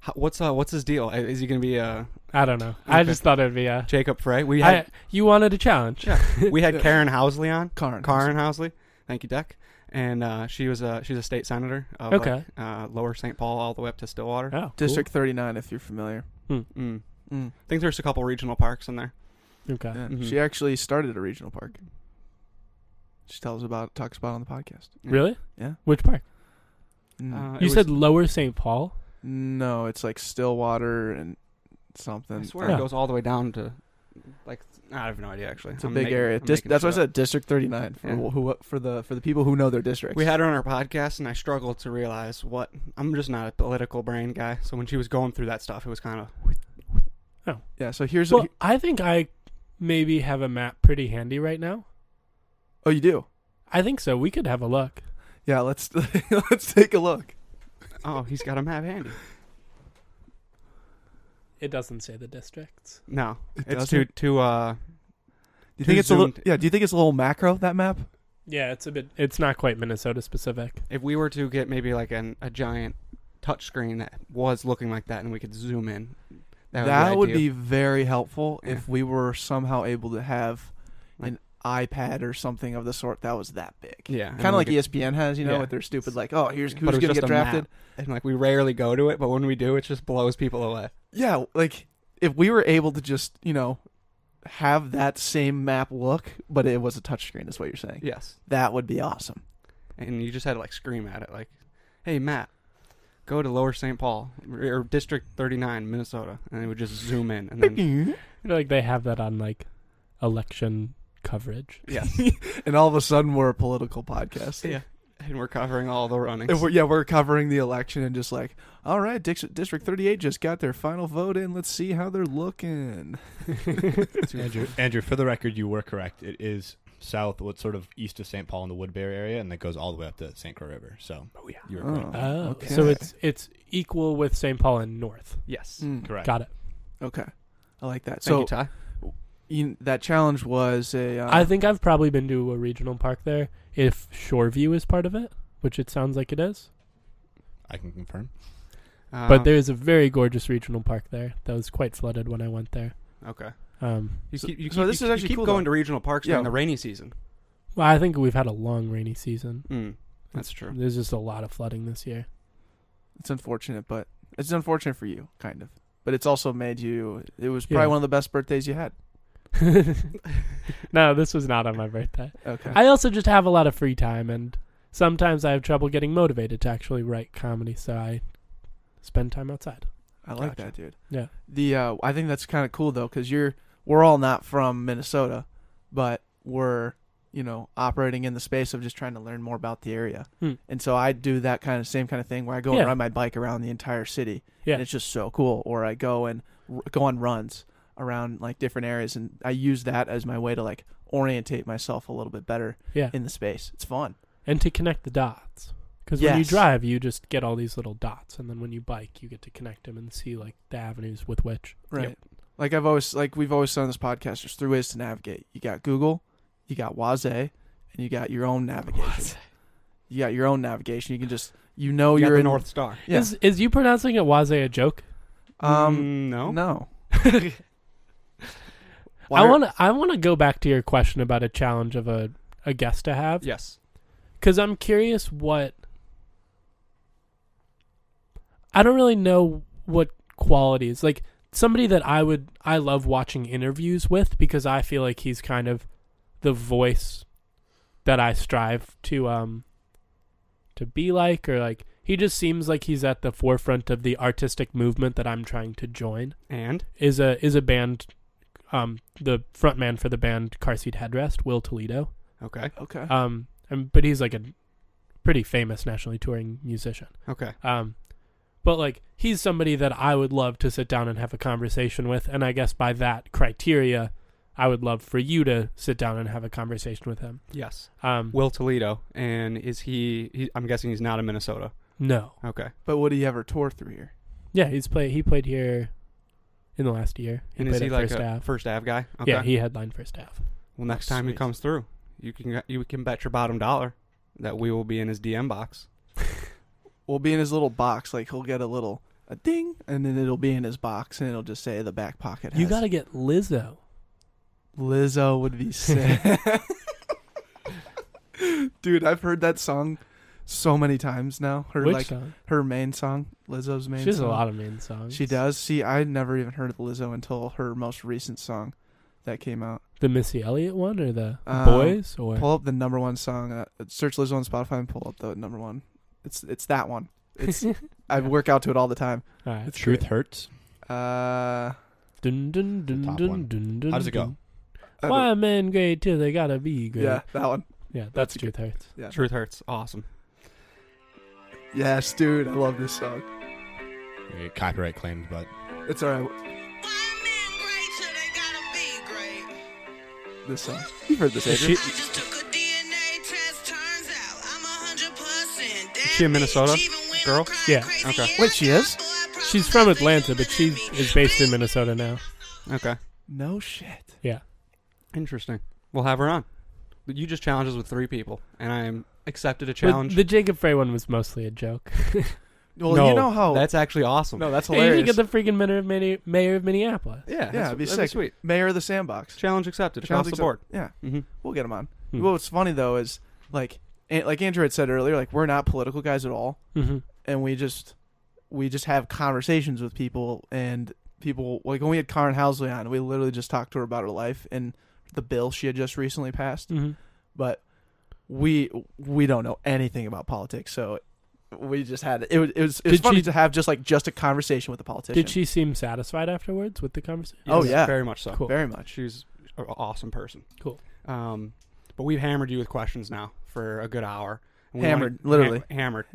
Speaker 2: How, what's uh, what's his deal? I- Is he going to be uh,
Speaker 3: I don't know. I
Speaker 2: Okay.
Speaker 3: just thought it'd be a.
Speaker 2: Jacob Frey? We
Speaker 3: I,
Speaker 2: had
Speaker 3: you wanted a challenge.
Speaker 2: we had Karen Housley on.
Speaker 1: Karn.
Speaker 2: Karen Housley. Thank you, Deck. And uh, she was a she's a state senator of like,
Speaker 3: Okay.
Speaker 2: uh, Lower St. Paul all the way up to Stillwater.
Speaker 3: Oh, cool.
Speaker 1: District 39, if you're familiar.
Speaker 2: Mm.
Speaker 1: Mm.
Speaker 2: I think there's a couple regional parks in there.
Speaker 3: Okay.
Speaker 1: Yeah.
Speaker 2: Mhm.
Speaker 1: She actually started a regional park. She tells about talks about on the podcast.
Speaker 3: Really?
Speaker 1: Yeah.
Speaker 3: Which park?
Speaker 1: Mm.
Speaker 2: Uh, it
Speaker 3: You
Speaker 2: was-
Speaker 3: said Lower St. Paul.
Speaker 1: no, it's like Stillwater and something.
Speaker 2: I swear
Speaker 3: Yeah.
Speaker 2: it goes all the way down to like I have no idea actually.
Speaker 1: It's a big area. Dis- that's why I said District 39 for
Speaker 2: Yeah.
Speaker 1: wh- who for the for the people who know their districts.
Speaker 2: We had her on our podcast, and I struggled to realize what I'm just not a political brain guy. So when she was going through that stuff, it was kind of
Speaker 1: yeah. So here's
Speaker 3: Well,
Speaker 1: what
Speaker 3: I think I maybe have a map pretty handy right now.
Speaker 1: oh you do
Speaker 3: I think so. We could have a look.
Speaker 1: yeah. Let's let's take a look.
Speaker 2: oh, he's got a map handy.
Speaker 3: It doesn't say the districts.
Speaker 2: No, it's too
Speaker 1: doesn't?
Speaker 2: too uh
Speaker 1: Do you
Speaker 2: Too
Speaker 1: think it's a little
Speaker 2: zoomed.
Speaker 1: yeah? Do you think it's a little macro that map?
Speaker 3: Yeah, it's a bit. It's not quite Minnesota specific.
Speaker 2: if we were to get maybe like an, a giant touch screen that was looking like that and we could zoom in
Speaker 1: That,
Speaker 2: ideal.
Speaker 1: would be very helpful
Speaker 2: Yeah.
Speaker 1: if we were somehow able to have
Speaker 2: Like-
Speaker 1: an iPad or something of the sort that was that big.
Speaker 2: yeah
Speaker 1: Kind of like E ESPN has, you know,
Speaker 2: Yeah.
Speaker 1: with their stupid like, oh, here's
Speaker 2: But it
Speaker 1: who's
Speaker 2: was
Speaker 1: gonna
Speaker 2: just
Speaker 1: get
Speaker 2: a map.
Speaker 1: drafted.
Speaker 2: and like we rarely go to it but when we do it just blows people away
Speaker 1: Yeah, like if we were able to just you know have that same map look, but it was a touchscreen, is what you're saying.
Speaker 2: yes
Speaker 1: That would be awesome.
Speaker 2: and you just had to like scream at it like hey matt go to lower st paul or district 39 minnesota and it would just zoom in and then
Speaker 3: I feel like they have that on like election coverage.
Speaker 2: yes
Speaker 1: and all of a sudden, we're a political podcast.
Speaker 2: yeah and we're covering all the runnings
Speaker 1: And we're, yeah, we're covering the election and just like, all right, Dix- District 38 just got their final vote in. Let's see how they're looking.
Speaker 4: Andrew, Andrew, for the record, you were correct. It is south, what's sort of east of St. Paul in the Woodbury area, and that goes all the way up to St. Croix River. So
Speaker 3: Oh yeah.
Speaker 4: you were correct.
Speaker 1: Oh,
Speaker 3: Oh,
Speaker 1: okay.
Speaker 3: so it's it's equal with St. Paul and North.
Speaker 2: yes
Speaker 1: Mm,
Speaker 4: Correct.
Speaker 3: Got it.
Speaker 1: okay. I like that.
Speaker 2: thank
Speaker 1: so
Speaker 2: you ty
Speaker 1: you- that challenge was a. Uh,
Speaker 3: I think I've probably been to a regional park there. If Shoreview is part of it, which it sounds like it is,
Speaker 4: I can confirm.
Speaker 2: uh,
Speaker 3: but there is a very gorgeous regional park there that was quite flooded when I went there.
Speaker 2: okay
Speaker 3: Um,
Speaker 2: you
Speaker 1: So-
Speaker 2: keep, you
Speaker 1: so
Speaker 2: keep-
Speaker 1: this
Speaker 2: you
Speaker 1: is actually
Speaker 2: keep
Speaker 1: cool,
Speaker 2: going
Speaker 1: though.
Speaker 2: to regional parks
Speaker 1: Yeah.
Speaker 2: during the rainy season
Speaker 3: well, I think we've had a long rainy season.
Speaker 2: Mm, that's true.
Speaker 3: There's just a lot of flooding this year.
Speaker 1: it's unfortunate, but it's unfortunate for you, kind of. But it's also made you. It was probably
Speaker 3: Yeah.
Speaker 1: one of the best birthdays you had.
Speaker 3: no, this was not on my birthday.
Speaker 1: Okay.
Speaker 3: I also just have a lot of free time, and sometimes I have trouble getting motivated to actually write comedy, so I spend time outside.
Speaker 1: I like
Speaker 2: Gotcha.
Speaker 1: that, dude.
Speaker 3: Yeah.
Speaker 1: The uh, I think that's kind of cool though, because you're we're all not from Minnesota, but we're you know operating in the space of just trying to learn more about the area.
Speaker 3: Hmm.
Speaker 1: And so I do that kind of same kind of thing where I go
Speaker 3: Yeah.
Speaker 1: and ride my bike around the entire city.
Speaker 3: Yeah.
Speaker 1: And it's just so cool. Or I go and r- go on runs around like different areas, and I use that as my way to like orientate myself a little bit better
Speaker 3: Yeah.
Speaker 1: in the space. It's fun.
Speaker 3: and to connect the dots. Because when you
Speaker 1: Yes.
Speaker 3: drive, you just get all these little dots, and then when you bike, you get to connect them and see like the avenues with which.
Speaker 1: Right.
Speaker 3: Yep.
Speaker 1: Like I've always like we've always said on this podcast, there's three ways to navigate. You got Google, you got Waze, and you got your own navigation. You got your own navigation. You can just you know
Speaker 2: Oh,
Speaker 1: you
Speaker 2: you're
Speaker 1: are
Speaker 2: the
Speaker 1: in
Speaker 2: North Star.
Speaker 1: Yeah.
Speaker 3: Is is you pronouncing it waze a joke?
Speaker 1: Um,
Speaker 2: Mm, no.
Speaker 1: no. Why
Speaker 3: I
Speaker 1: are-
Speaker 3: want to I want to go back to your question about a challenge of a a guest to have.
Speaker 2: Yes.
Speaker 3: Because I'm curious what. I don't really know what qualities. Like, somebody that I would. I love watching interviews with because I feel like he's kind of the voice that I strive to, um, to be like, or like, he just seems like he's at the forefront of the artistic movement that I'm trying to join.
Speaker 2: And
Speaker 3: Is a, is a band, um, the frontman for the band Car Seat Headrest, Will Toledo.
Speaker 2: okay.
Speaker 1: Okay.
Speaker 3: Um, and, but he's like a pretty famous nationally touring musician.
Speaker 2: Okay.
Speaker 3: Um, but like he's somebody that I would love to sit down and have a conversation with, and I guess by that criteria, I would love for you to sit down and have a conversation with him.
Speaker 2: Yes.
Speaker 3: Um,
Speaker 2: Will Toledo, and is he, he? I'm guessing he's not in Minnesota.
Speaker 3: no,
Speaker 2: Okay.
Speaker 1: But would he ever tour through here?
Speaker 3: yeah, he's play he played here in the last year. He
Speaker 2: And
Speaker 3: played
Speaker 2: is he
Speaker 3: at
Speaker 2: like
Speaker 3: first
Speaker 2: a
Speaker 3: half.
Speaker 2: first half guy?
Speaker 3: Yeah, he headlined first half.
Speaker 2: well, next time he
Speaker 4: Sweet.
Speaker 2: comes through, you can you can bet your bottom dollar that we will be in his DM box.
Speaker 1: We'll be in his little box. Like he'll get a little a ding, and then it'll be in his box, and it'll just say the back pocket.
Speaker 3: You
Speaker 1: has-
Speaker 3: got to get Lizzo.
Speaker 1: Lizzo would be sick. Dude, I've heard that song so many times now. Her
Speaker 3: Which
Speaker 1: like
Speaker 3: song?
Speaker 1: her main song, Lizzo's main.
Speaker 3: She has a
Speaker 1: song.
Speaker 3: lot of main songs.
Speaker 1: She does. See, I never even heard of Lizzo until her most recent song that came out.
Speaker 3: The Missy Elliott one or the
Speaker 1: Um,
Speaker 3: Boys or
Speaker 1: Pull up the number one song. Uh, search Lizzo on Spotify and pull up the number one. It's it's that one. It's I work out to it all the time.
Speaker 3: All right.
Speaker 4: Truth hurts.
Speaker 1: Uh,
Speaker 3: Dun, dun, dun,
Speaker 4: top
Speaker 3: dun,
Speaker 4: one.
Speaker 3: dun, dun,
Speaker 4: How does it go?
Speaker 3: dun.
Speaker 1: I
Speaker 3: Why men great till they gotta be
Speaker 1: don't-
Speaker 3: great?
Speaker 1: yeah, that one.
Speaker 3: yeah that's
Speaker 1: a
Speaker 3: truth hurts.
Speaker 1: Yeah.
Speaker 2: Truth hurts. Awesome.
Speaker 1: Yes, dude, I love this song.
Speaker 4: We get Copyright claims, but
Speaker 1: It's alright.
Speaker 5: Why men great till they gotta be great?
Speaker 1: This song. You've heard this,
Speaker 3: Is
Speaker 1: Adrian.
Speaker 5: I just took a DNA test, turns out I'm a hundred percent. Is
Speaker 2: she a Minnesota girl?
Speaker 3: Yeah.
Speaker 2: Okay.
Speaker 1: Wait, she is?
Speaker 3: She's from Atlanta, but she is based in Minnesota now.
Speaker 2: Okay.
Speaker 1: No shit.
Speaker 3: Yeah.
Speaker 2: Interesting. We'll have her on. But you just challenged us with three people, and I am accepted a
Speaker 3: But
Speaker 2: challenge.
Speaker 3: the Jacob Frey one was mostly a joke.
Speaker 1: Well,
Speaker 2: no,
Speaker 1: you know how.
Speaker 2: that's actually awesome.
Speaker 1: no, that's
Speaker 3: Hey, you
Speaker 1: hilarious.
Speaker 3: should get the freaking mayor of, Minne- mayor of Minneapolis.
Speaker 2: yeah,
Speaker 1: yeah,
Speaker 2: that's-
Speaker 1: it'd be
Speaker 2: that'd
Speaker 1: sick.
Speaker 2: sweet.
Speaker 1: Mayor of the Sandbox.
Speaker 2: Challenge accepted
Speaker 1: Challenge
Speaker 2: across
Speaker 1: accept-
Speaker 2: the board.
Speaker 1: Yeah,
Speaker 2: Mm-hmm.
Speaker 1: we'll get him on.
Speaker 3: Hmm.
Speaker 1: Well, what's funny though is like, and, like Andrew had said earlier, like we're not political guys at all,
Speaker 3: hmm
Speaker 1: and we just we just have conversations with people and people like when we had Karen Housley on, we literally just talked to her about her life and the bill she had just recently passed,
Speaker 3: hmm
Speaker 1: but we we don't know anything about politics, so we just had it was it was, it was
Speaker 3: Did
Speaker 1: funny
Speaker 3: she-
Speaker 1: to have just like just a conversation with a politician.
Speaker 3: Did she seem satisfied afterwards with the conversation?
Speaker 1: Oh, yeah.
Speaker 2: very much so.
Speaker 3: Cool.
Speaker 1: Very much.
Speaker 2: She's an awesome person.
Speaker 3: Cool.
Speaker 2: Um, but we've hammered you with questions now for a good hour. And we
Speaker 1: Hammered,
Speaker 2: wanna-
Speaker 1: literally.
Speaker 2: ham- hammered,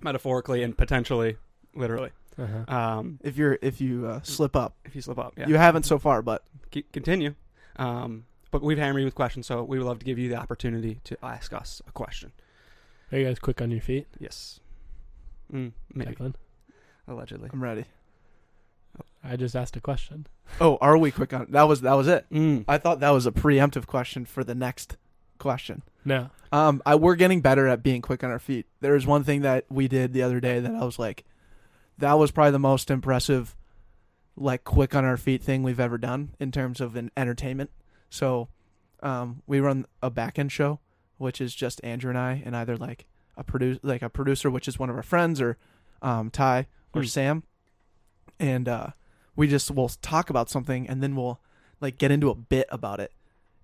Speaker 2: metaphorically and potentially, literally.
Speaker 3: Uh-huh.
Speaker 2: Um,
Speaker 1: If you're if you uh, slip up,
Speaker 2: if you slip up, yeah.
Speaker 1: you haven't so far, but
Speaker 2: keep, continue. Um, but we've hammered you with questions, so we would love to give you the opportunity to ask us a question.
Speaker 3: Are you guys quick on your feet,
Speaker 2: Yes. Mm, maybe.
Speaker 3: Declan?
Speaker 2: Allegedly.
Speaker 1: I'm ready.
Speaker 3: I just asked a question.
Speaker 1: Oh, are we quick on that was that was it.
Speaker 2: Mm.
Speaker 1: I thought that was a preemptive question for the next question.
Speaker 3: No.
Speaker 1: Um, I we're getting better at being quick on our feet. There was one thing that we did the other day that I was like, that was probably the most impressive, like quick on our feet thing we've ever done in terms of an entertainment. So, um, we run a back end show, which is just Andrew and I, and either like a produce like a producer, which is one of our friends, or um, Ty or
Speaker 2: Hmm.
Speaker 1: Sam, and uh, we just will talk about something and then we'll like get into a bit about it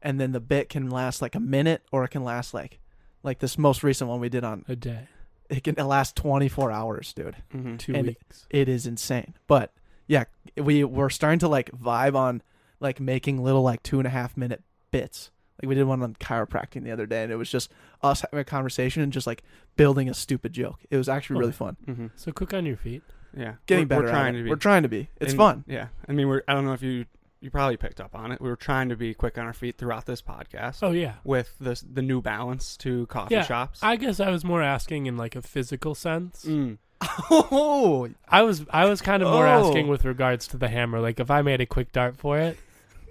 Speaker 1: and then the bit can last like a minute or it can last like like this most recent one we did on
Speaker 3: A day.
Speaker 1: it can last 24 hours dude
Speaker 2: hmm
Speaker 3: Two
Speaker 1: And-
Speaker 3: weeks.
Speaker 1: it is insane but yeah we we're starting to like vibe on like making little like two and a half minute bits like we did one on chiropractic the other day and it was just us having a conversation and just like building a stupid joke it was actually really fun
Speaker 2: hmm
Speaker 3: So quick on your feet.
Speaker 2: Yeah.
Speaker 1: getting
Speaker 2: we're,
Speaker 1: better
Speaker 2: We're
Speaker 1: at
Speaker 2: trying
Speaker 1: it.
Speaker 2: to
Speaker 1: Oh,
Speaker 2: be.
Speaker 1: we're trying to be it's
Speaker 2: And-
Speaker 1: fun
Speaker 2: Yeah. I mean, we're, I don't know if you, you probably picked up on it. We were trying to be quick on our feet throughout this podcast
Speaker 3: Oh yeah.
Speaker 2: with this, the new balance to coffee
Speaker 3: Yeah,
Speaker 2: shops.
Speaker 3: I guess I was more asking in like a physical sense.
Speaker 2: Mm.
Speaker 1: oh
Speaker 3: I was I was kind of more asking
Speaker 1: Oh.
Speaker 3: with regards to the hammer. Like if I made a quick dart for it,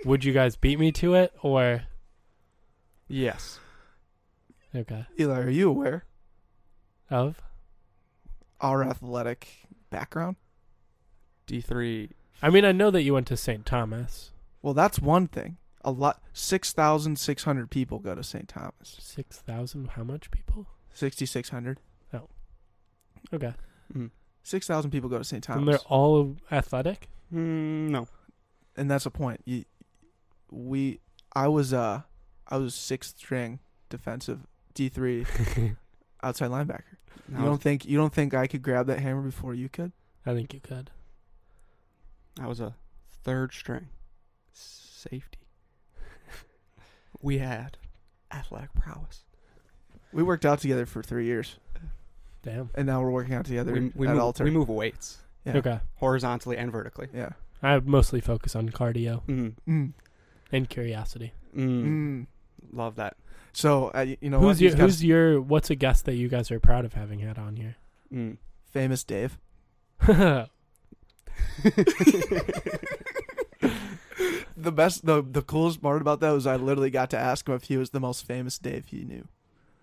Speaker 3: would you guys beat me to it or
Speaker 2: Yes.
Speaker 3: okay
Speaker 1: eli are you aware
Speaker 3: of?
Speaker 1: our athletic background
Speaker 2: D3.
Speaker 3: I mean, I know that you went to St. Thomas,
Speaker 1: Well, that's one thing. A lot, six thousand six hundred people go to St. Thomas.
Speaker 3: six thousand. How much people?
Speaker 1: Sixty six hundred.
Speaker 3: Okay,
Speaker 2: Mm.
Speaker 1: Six thousand people go to St.
Speaker 3: and they're
Speaker 1: Thomas,
Speaker 3: all athletic.
Speaker 2: Mm, no.
Speaker 1: and that's a point. You, we, I was uh, I was sixth string defensive D three outside linebacker.
Speaker 2: No,
Speaker 1: You don't think you don't think I could grab that hammer before you could?
Speaker 3: I think you could.
Speaker 2: I was a third string safety. we had athletic prowess.
Speaker 1: We worked out together for three years,
Speaker 3: Damn.
Speaker 1: and now we're working out together
Speaker 2: We, we,
Speaker 1: at
Speaker 2: move,
Speaker 1: Alter.
Speaker 2: we move weights
Speaker 1: Yeah.
Speaker 3: Okay,
Speaker 2: horizontally and vertically.
Speaker 1: Yeah.
Speaker 3: I mostly focus on cardio
Speaker 2: Mm.
Speaker 1: Mm.
Speaker 3: and curiosity.
Speaker 2: Mm.
Speaker 1: Mm.
Speaker 2: Love that.
Speaker 1: So uh, you know what?
Speaker 3: who's your
Speaker 1: He's got
Speaker 3: Who's your What's a guest
Speaker 1: Mm.
Speaker 3: that you guys are proud of having had on here?
Speaker 2: Mm.
Speaker 1: famous Dave?
Speaker 3: I
Speaker 1: The best, the the coolest part about that was I literally got to ask him if he was the most famous Dave he knew,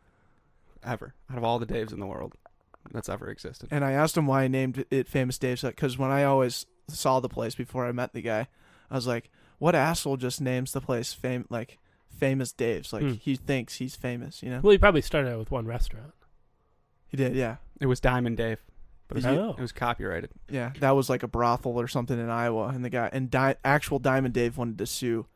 Speaker 2: ever out of all the Daves in the world that's ever existed.
Speaker 1: and I asked him why he named it Famous Dave's because when I always saw the place before I met the guy, I was like, what asshole just names the place fame like Famous Dave's? Like
Speaker 3: Hmm.
Speaker 1: he thinks he's famous, you know?
Speaker 3: Well, he probably started out with one restaurant.
Speaker 1: He did, yeah,
Speaker 2: It was Diamond Dave, but it was,
Speaker 3: Oh.
Speaker 2: it was copyrighted.
Speaker 1: yeah. That was like a brothel or something in Iowa, and the guy and Di- actual Diamond Dave wanted to sue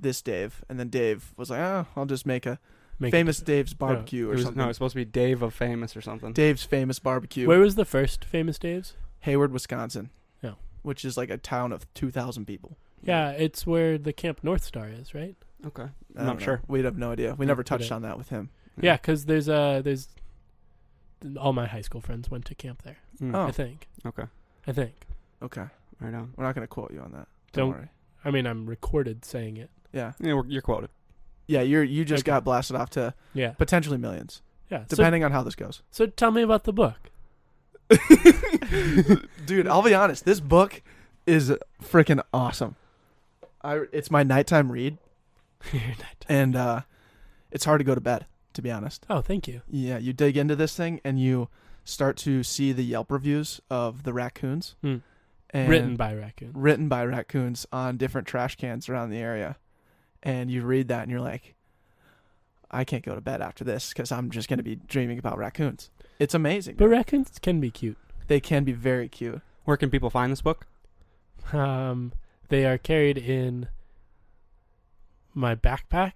Speaker 1: this Dave, and then Dave was like, oh, I'll just make a
Speaker 3: Make-
Speaker 1: Famous Dave's
Speaker 2: It
Speaker 1: barbecue or
Speaker 2: was,
Speaker 1: something.
Speaker 2: no, it was supposed to be Dave of Famous or something.
Speaker 1: Dave's famous barbecue.
Speaker 3: Where was the first famous Dave's?
Speaker 1: Hayward, Wisconsin.
Speaker 3: Yeah.
Speaker 1: Which is like a town of 2,000 people.
Speaker 3: Yeah, it's where the Camp North Star is, right?
Speaker 2: Okay,
Speaker 1: I
Speaker 2: I'm
Speaker 1: don't
Speaker 2: not
Speaker 1: know.
Speaker 2: sure.
Speaker 1: We'd have no idea. We
Speaker 3: Yeah,
Speaker 1: never
Speaker 3: we
Speaker 1: touched
Speaker 3: don't.
Speaker 1: on that with him.
Speaker 2: Yeah.
Speaker 3: Yeah, because there's uh there's all my high school friends went to camp there.
Speaker 2: Mm,
Speaker 1: Oh.
Speaker 3: I think.
Speaker 2: Okay.
Speaker 3: I think.
Speaker 1: Okay.
Speaker 2: right on.
Speaker 1: We're not going to quote you on that. Don't,
Speaker 3: Don't.
Speaker 1: worry.
Speaker 3: I mean, I'm recorded saying it.
Speaker 1: Yeah.
Speaker 2: Yeah, we're- you're quoted.
Speaker 1: Yeah, you're, you just
Speaker 3: Okay.
Speaker 1: got blasted off to
Speaker 3: Yeah.
Speaker 1: potentially millions,
Speaker 3: Yeah. So,
Speaker 1: depending on how this goes.
Speaker 3: so tell me about the book.
Speaker 1: Dude, I'll be honest. This book is freaking awesome. I, it's my nighttime read, and uh, it's hard to go to bed, to be honest.
Speaker 3: oh, thank you.
Speaker 1: Yeah, you dig into this thing and you start to see the Yelp reviews of the raccoons.
Speaker 3: Hmm.
Speaker 1: And
Speaker 3: Written by Raccoon.
Speaker 1: written by raccoons on different trash cans around the area. And you read that and you're like, I can't go to bed after this because I'm just going to be dreaming about raccoons. It's amazing.
Speaker 3: But raccoons can be cute.
Speaker 1: They can be very cute.
Speaker 2: Where can people find this book?
Speaker 3: Um, they are carried in my backpack,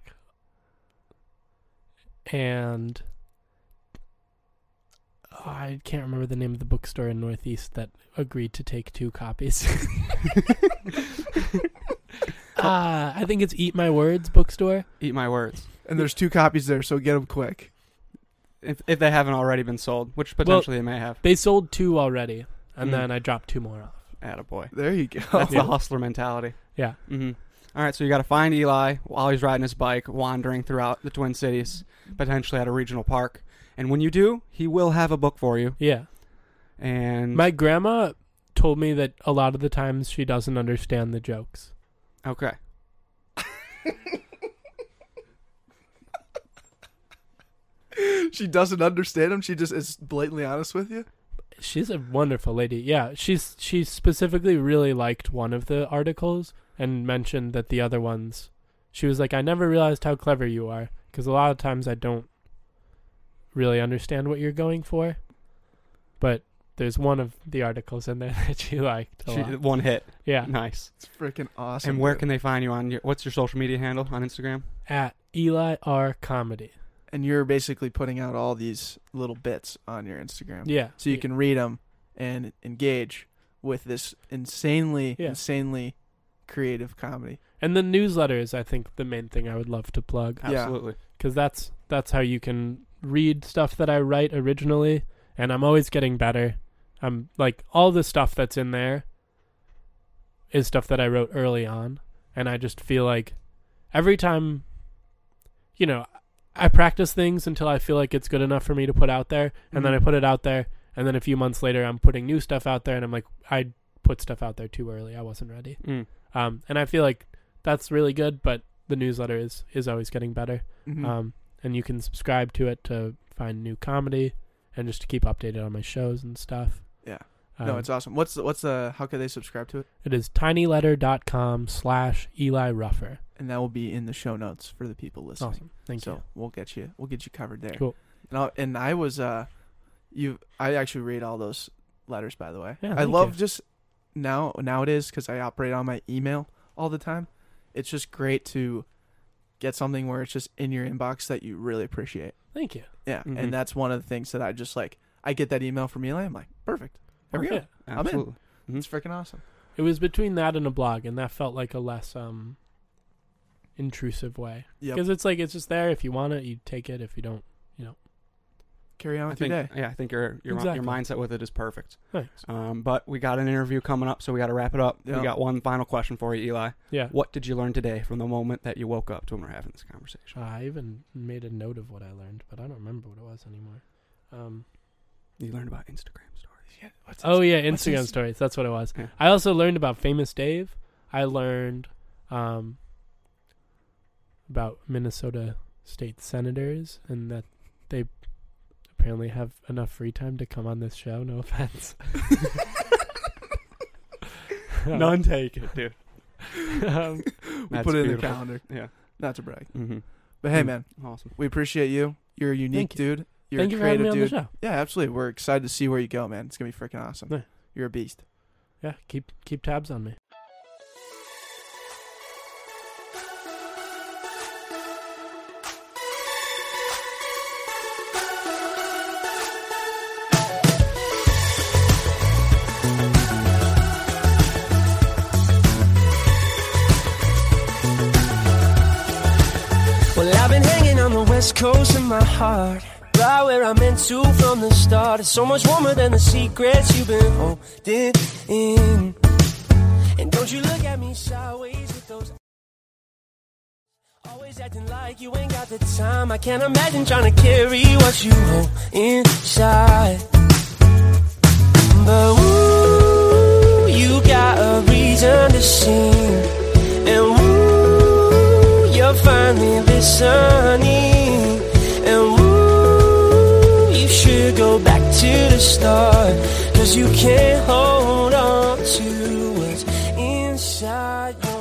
Speaker 3: and I can't remember the name of the bookstore in Northeast that agreed to take two copies. uh, I think it's Eat My Words bookstore.
Speaker 2: Eat my words.
Speaker 1: And there's two copies there, so get them quick.
Speaker 2: If if they haven't already been sold, which potentially they may have.
Speaker 3: They sold two already, and
Speaker 2: Mm.
Speaker 3: then I dropped two more off.
Speaker 2: Attaboy.
Speaker 1: There you go.
Speaker 2: That's
Speaker 3: Yeah.
Speaker 2: the hustler mentality.
Speaker 3: Yeah.
Speaker 2: Mm-hmm. All right, so you got to find Eli while he's riding his bike, wandering throughout the Twin Cities, potentially at a regional park. And when you do, he will have a book for you.
Speaker 3: Yeah.
Speaker 2: And
Speaker 3: My grandma told me that a lot of the times she doesn't understand the jokes.
Speaker 2: okay,
Speaker 1: she doesn't understand them. She just is blatantly honest with you.
Speaker 3: She's a wonderful lady. Yeah, she's she specifically really liked one of the articles and mentioned that the other ones. She was like, "I never realized how clever you are because a lot of times I don't really understand what you're going for." But there's one of the articles in there that she liked a
Speaker 2: She-
Speaker 3: lot.
Speaker 2: one hit,
Speaker 3: Yeah,
Speaker 2: nice.
Speaker 1: It's freaking awesome.
Speaker 2: and where
Speaker 1: dude.
Speaker 2: can they find you on your? What's your social media handle on Instagram?
Speaker 3: at Eli R Comedy.
Speaker 1: and you're basically putting out all these little bits on your Instagram.
Speaker 3: Yeah,
Speaker 1: so you can read them and engage with this insanely
Speaker 3: Yeah.
Speaker 1: insanely creative comedy
Speaker 3: And the newsletter is, I think, the main thing I would love to plug.
Speaker 1: Yeah.
Speaker 2: Absolutely.
Speaker 3: because that's that's how you can read stuff that I write originally, and I'm always getting better. I'm like all the stuff that's in there is stuff that I wrote early on, and I just feel like every time, you know, I practice things until I feel like it's good enough for me to put out there, and then I put it out there, and then a few months later, I'm putting new stuff out there, and I'm like, I put stuff out there too early. I wasn't ready.
Speaker 2: Mm.
Speaker 3: Um, and I feel like that's really good, but the newsletter is is always getting better.
Speaker 1: Hmm. Mm-hmm.
Speaker 3: Um, and you can subscribe to it to find new comedy and just to keep updated on my shows and stuff.
Speaker 1: Yeah.
Speaker 3: Um,
Speaker 1: no it's awesome what's the, what's the how can they subscribe to it
Speaker 3: it is tinyletter.com slash Eli Ruffer.
Speaker 1: and that will be in the show notes for the people listening
Speaker 3: Awesome. Thank
Speaker 1: so
Speaker 3: you.
Speaker 1: we'll get you we'll get you covered there
Speaker 3: Cool.
Speaker 1: and I, and I was uh you i actually read all those letters by the way
Speaker 3: Yeah,
Speaker 1: i
Speaker 3: thank
Speaker 1: love
Speaker 3: you.
Speaker 1: just now nowadays because i operate on my email all the time it's just great to get something where it's just in your inbox that you really appreciate
Speaker 3: Thank you.
Speaker 1: Yeah,
Speaker 2: Mhm.
Speaker 3: Mm-hmm.
Speaker 1: and that's one of the things that I just like. I get that email from Eli. I'm like, perfect. There we
Speaker 3: Oh,
Speaker 1: go.
Speaker 3: Yeah.
Speaker 1: in.
Speaker 2: Absolutely.
Speaker 1: It's freaking awesome.
Speaker 3: It was between that and a blog, and that felt like a less um intrusive way.
Speaker 1: Yep.
Speaker 3: Because it's like it's just there. If you want it, you take it. If you don't,
Speaker 1: Carry on
Speaker 2: I
Speaker 1: with
Speaker 2: think,
Speaker 1: your day.
Speaker 2: yeah, I think your your,
Speaker 3: Exactly.
Speaker 2: your mindset with it is perfect.
Speaker 3: thanks.
Speaker 2: Um, but we got an interview coming up, so we got to wrap it up.
Speaker 1: Yeah.
Speaker 2: We got one final question for you, Eli.
Speaker 3: Yeah.
Speaker 2: What did you learn today from the moment that you woke up to when we're having this conversation?
Speaker 3: I even made a note of what I learned, but I don't remember what it was anymore. Um,
Speaker 2: You learned about Instagram stories.
Speaker 1: What's
Speaker 3: Oh yeah,
Speaker 1: what's
Speaker 3: Instagram
Speaker 1: his-
Speaker 3: stories. That's what it was.
Speaker 2: Yeah.
Speaker 3: I also learned about Famous Dave. I learned um, about Minnesota state senators and that they apparently have enough free time to come on this show. No offense.
Speaker 2: None taken, dude.
Speaker 3: um,
Speaker 1: We
Speaker 2: That's
Speaker 1: put it in the
Speaker 2: beautiful.
Speaker 1: calendar.
Speaker 2: Yeah.
Speaker 1: Not to brag.
Speaker 2: Mm-hmm.
Speaker 1: But hey,
Speaker 3: Mm.
Speaker 1: man,
Speaker 2: Awesome.
Speaker 1: we appreciate you. You're a unique
Speaker 3: you.
Speaker 1: dude. You're
Speaker 3: thank
Speaker 1: a
Speaker 3: you for having
Speaker 1: creative
Speaker 3: me on the
Speaker 1: dude.
Speaker 3: show.
Speaker 1: Yeah, absolutely. We're excited to see where you go, man. It's gonna be freaking awesome.
Speaker 3: Yeah.
Speaker 1: You're a beast.
Speaker 3: Yeah, keep keep tabs on me.
Speaker 6: Well, I've been hanging on the west coast of my heart. Right where I meant to from the start. It's so much warmer than the secrets you've been holding in. And don't you look at me sideways with those. Always acting like you ain't got the time. I can't imagine trying to carry what you hold inside. But ooh, you got a reason to sing. And woo, you're finally listening. And woo, you should go back to the start. Cause you can't hold on to what's inside your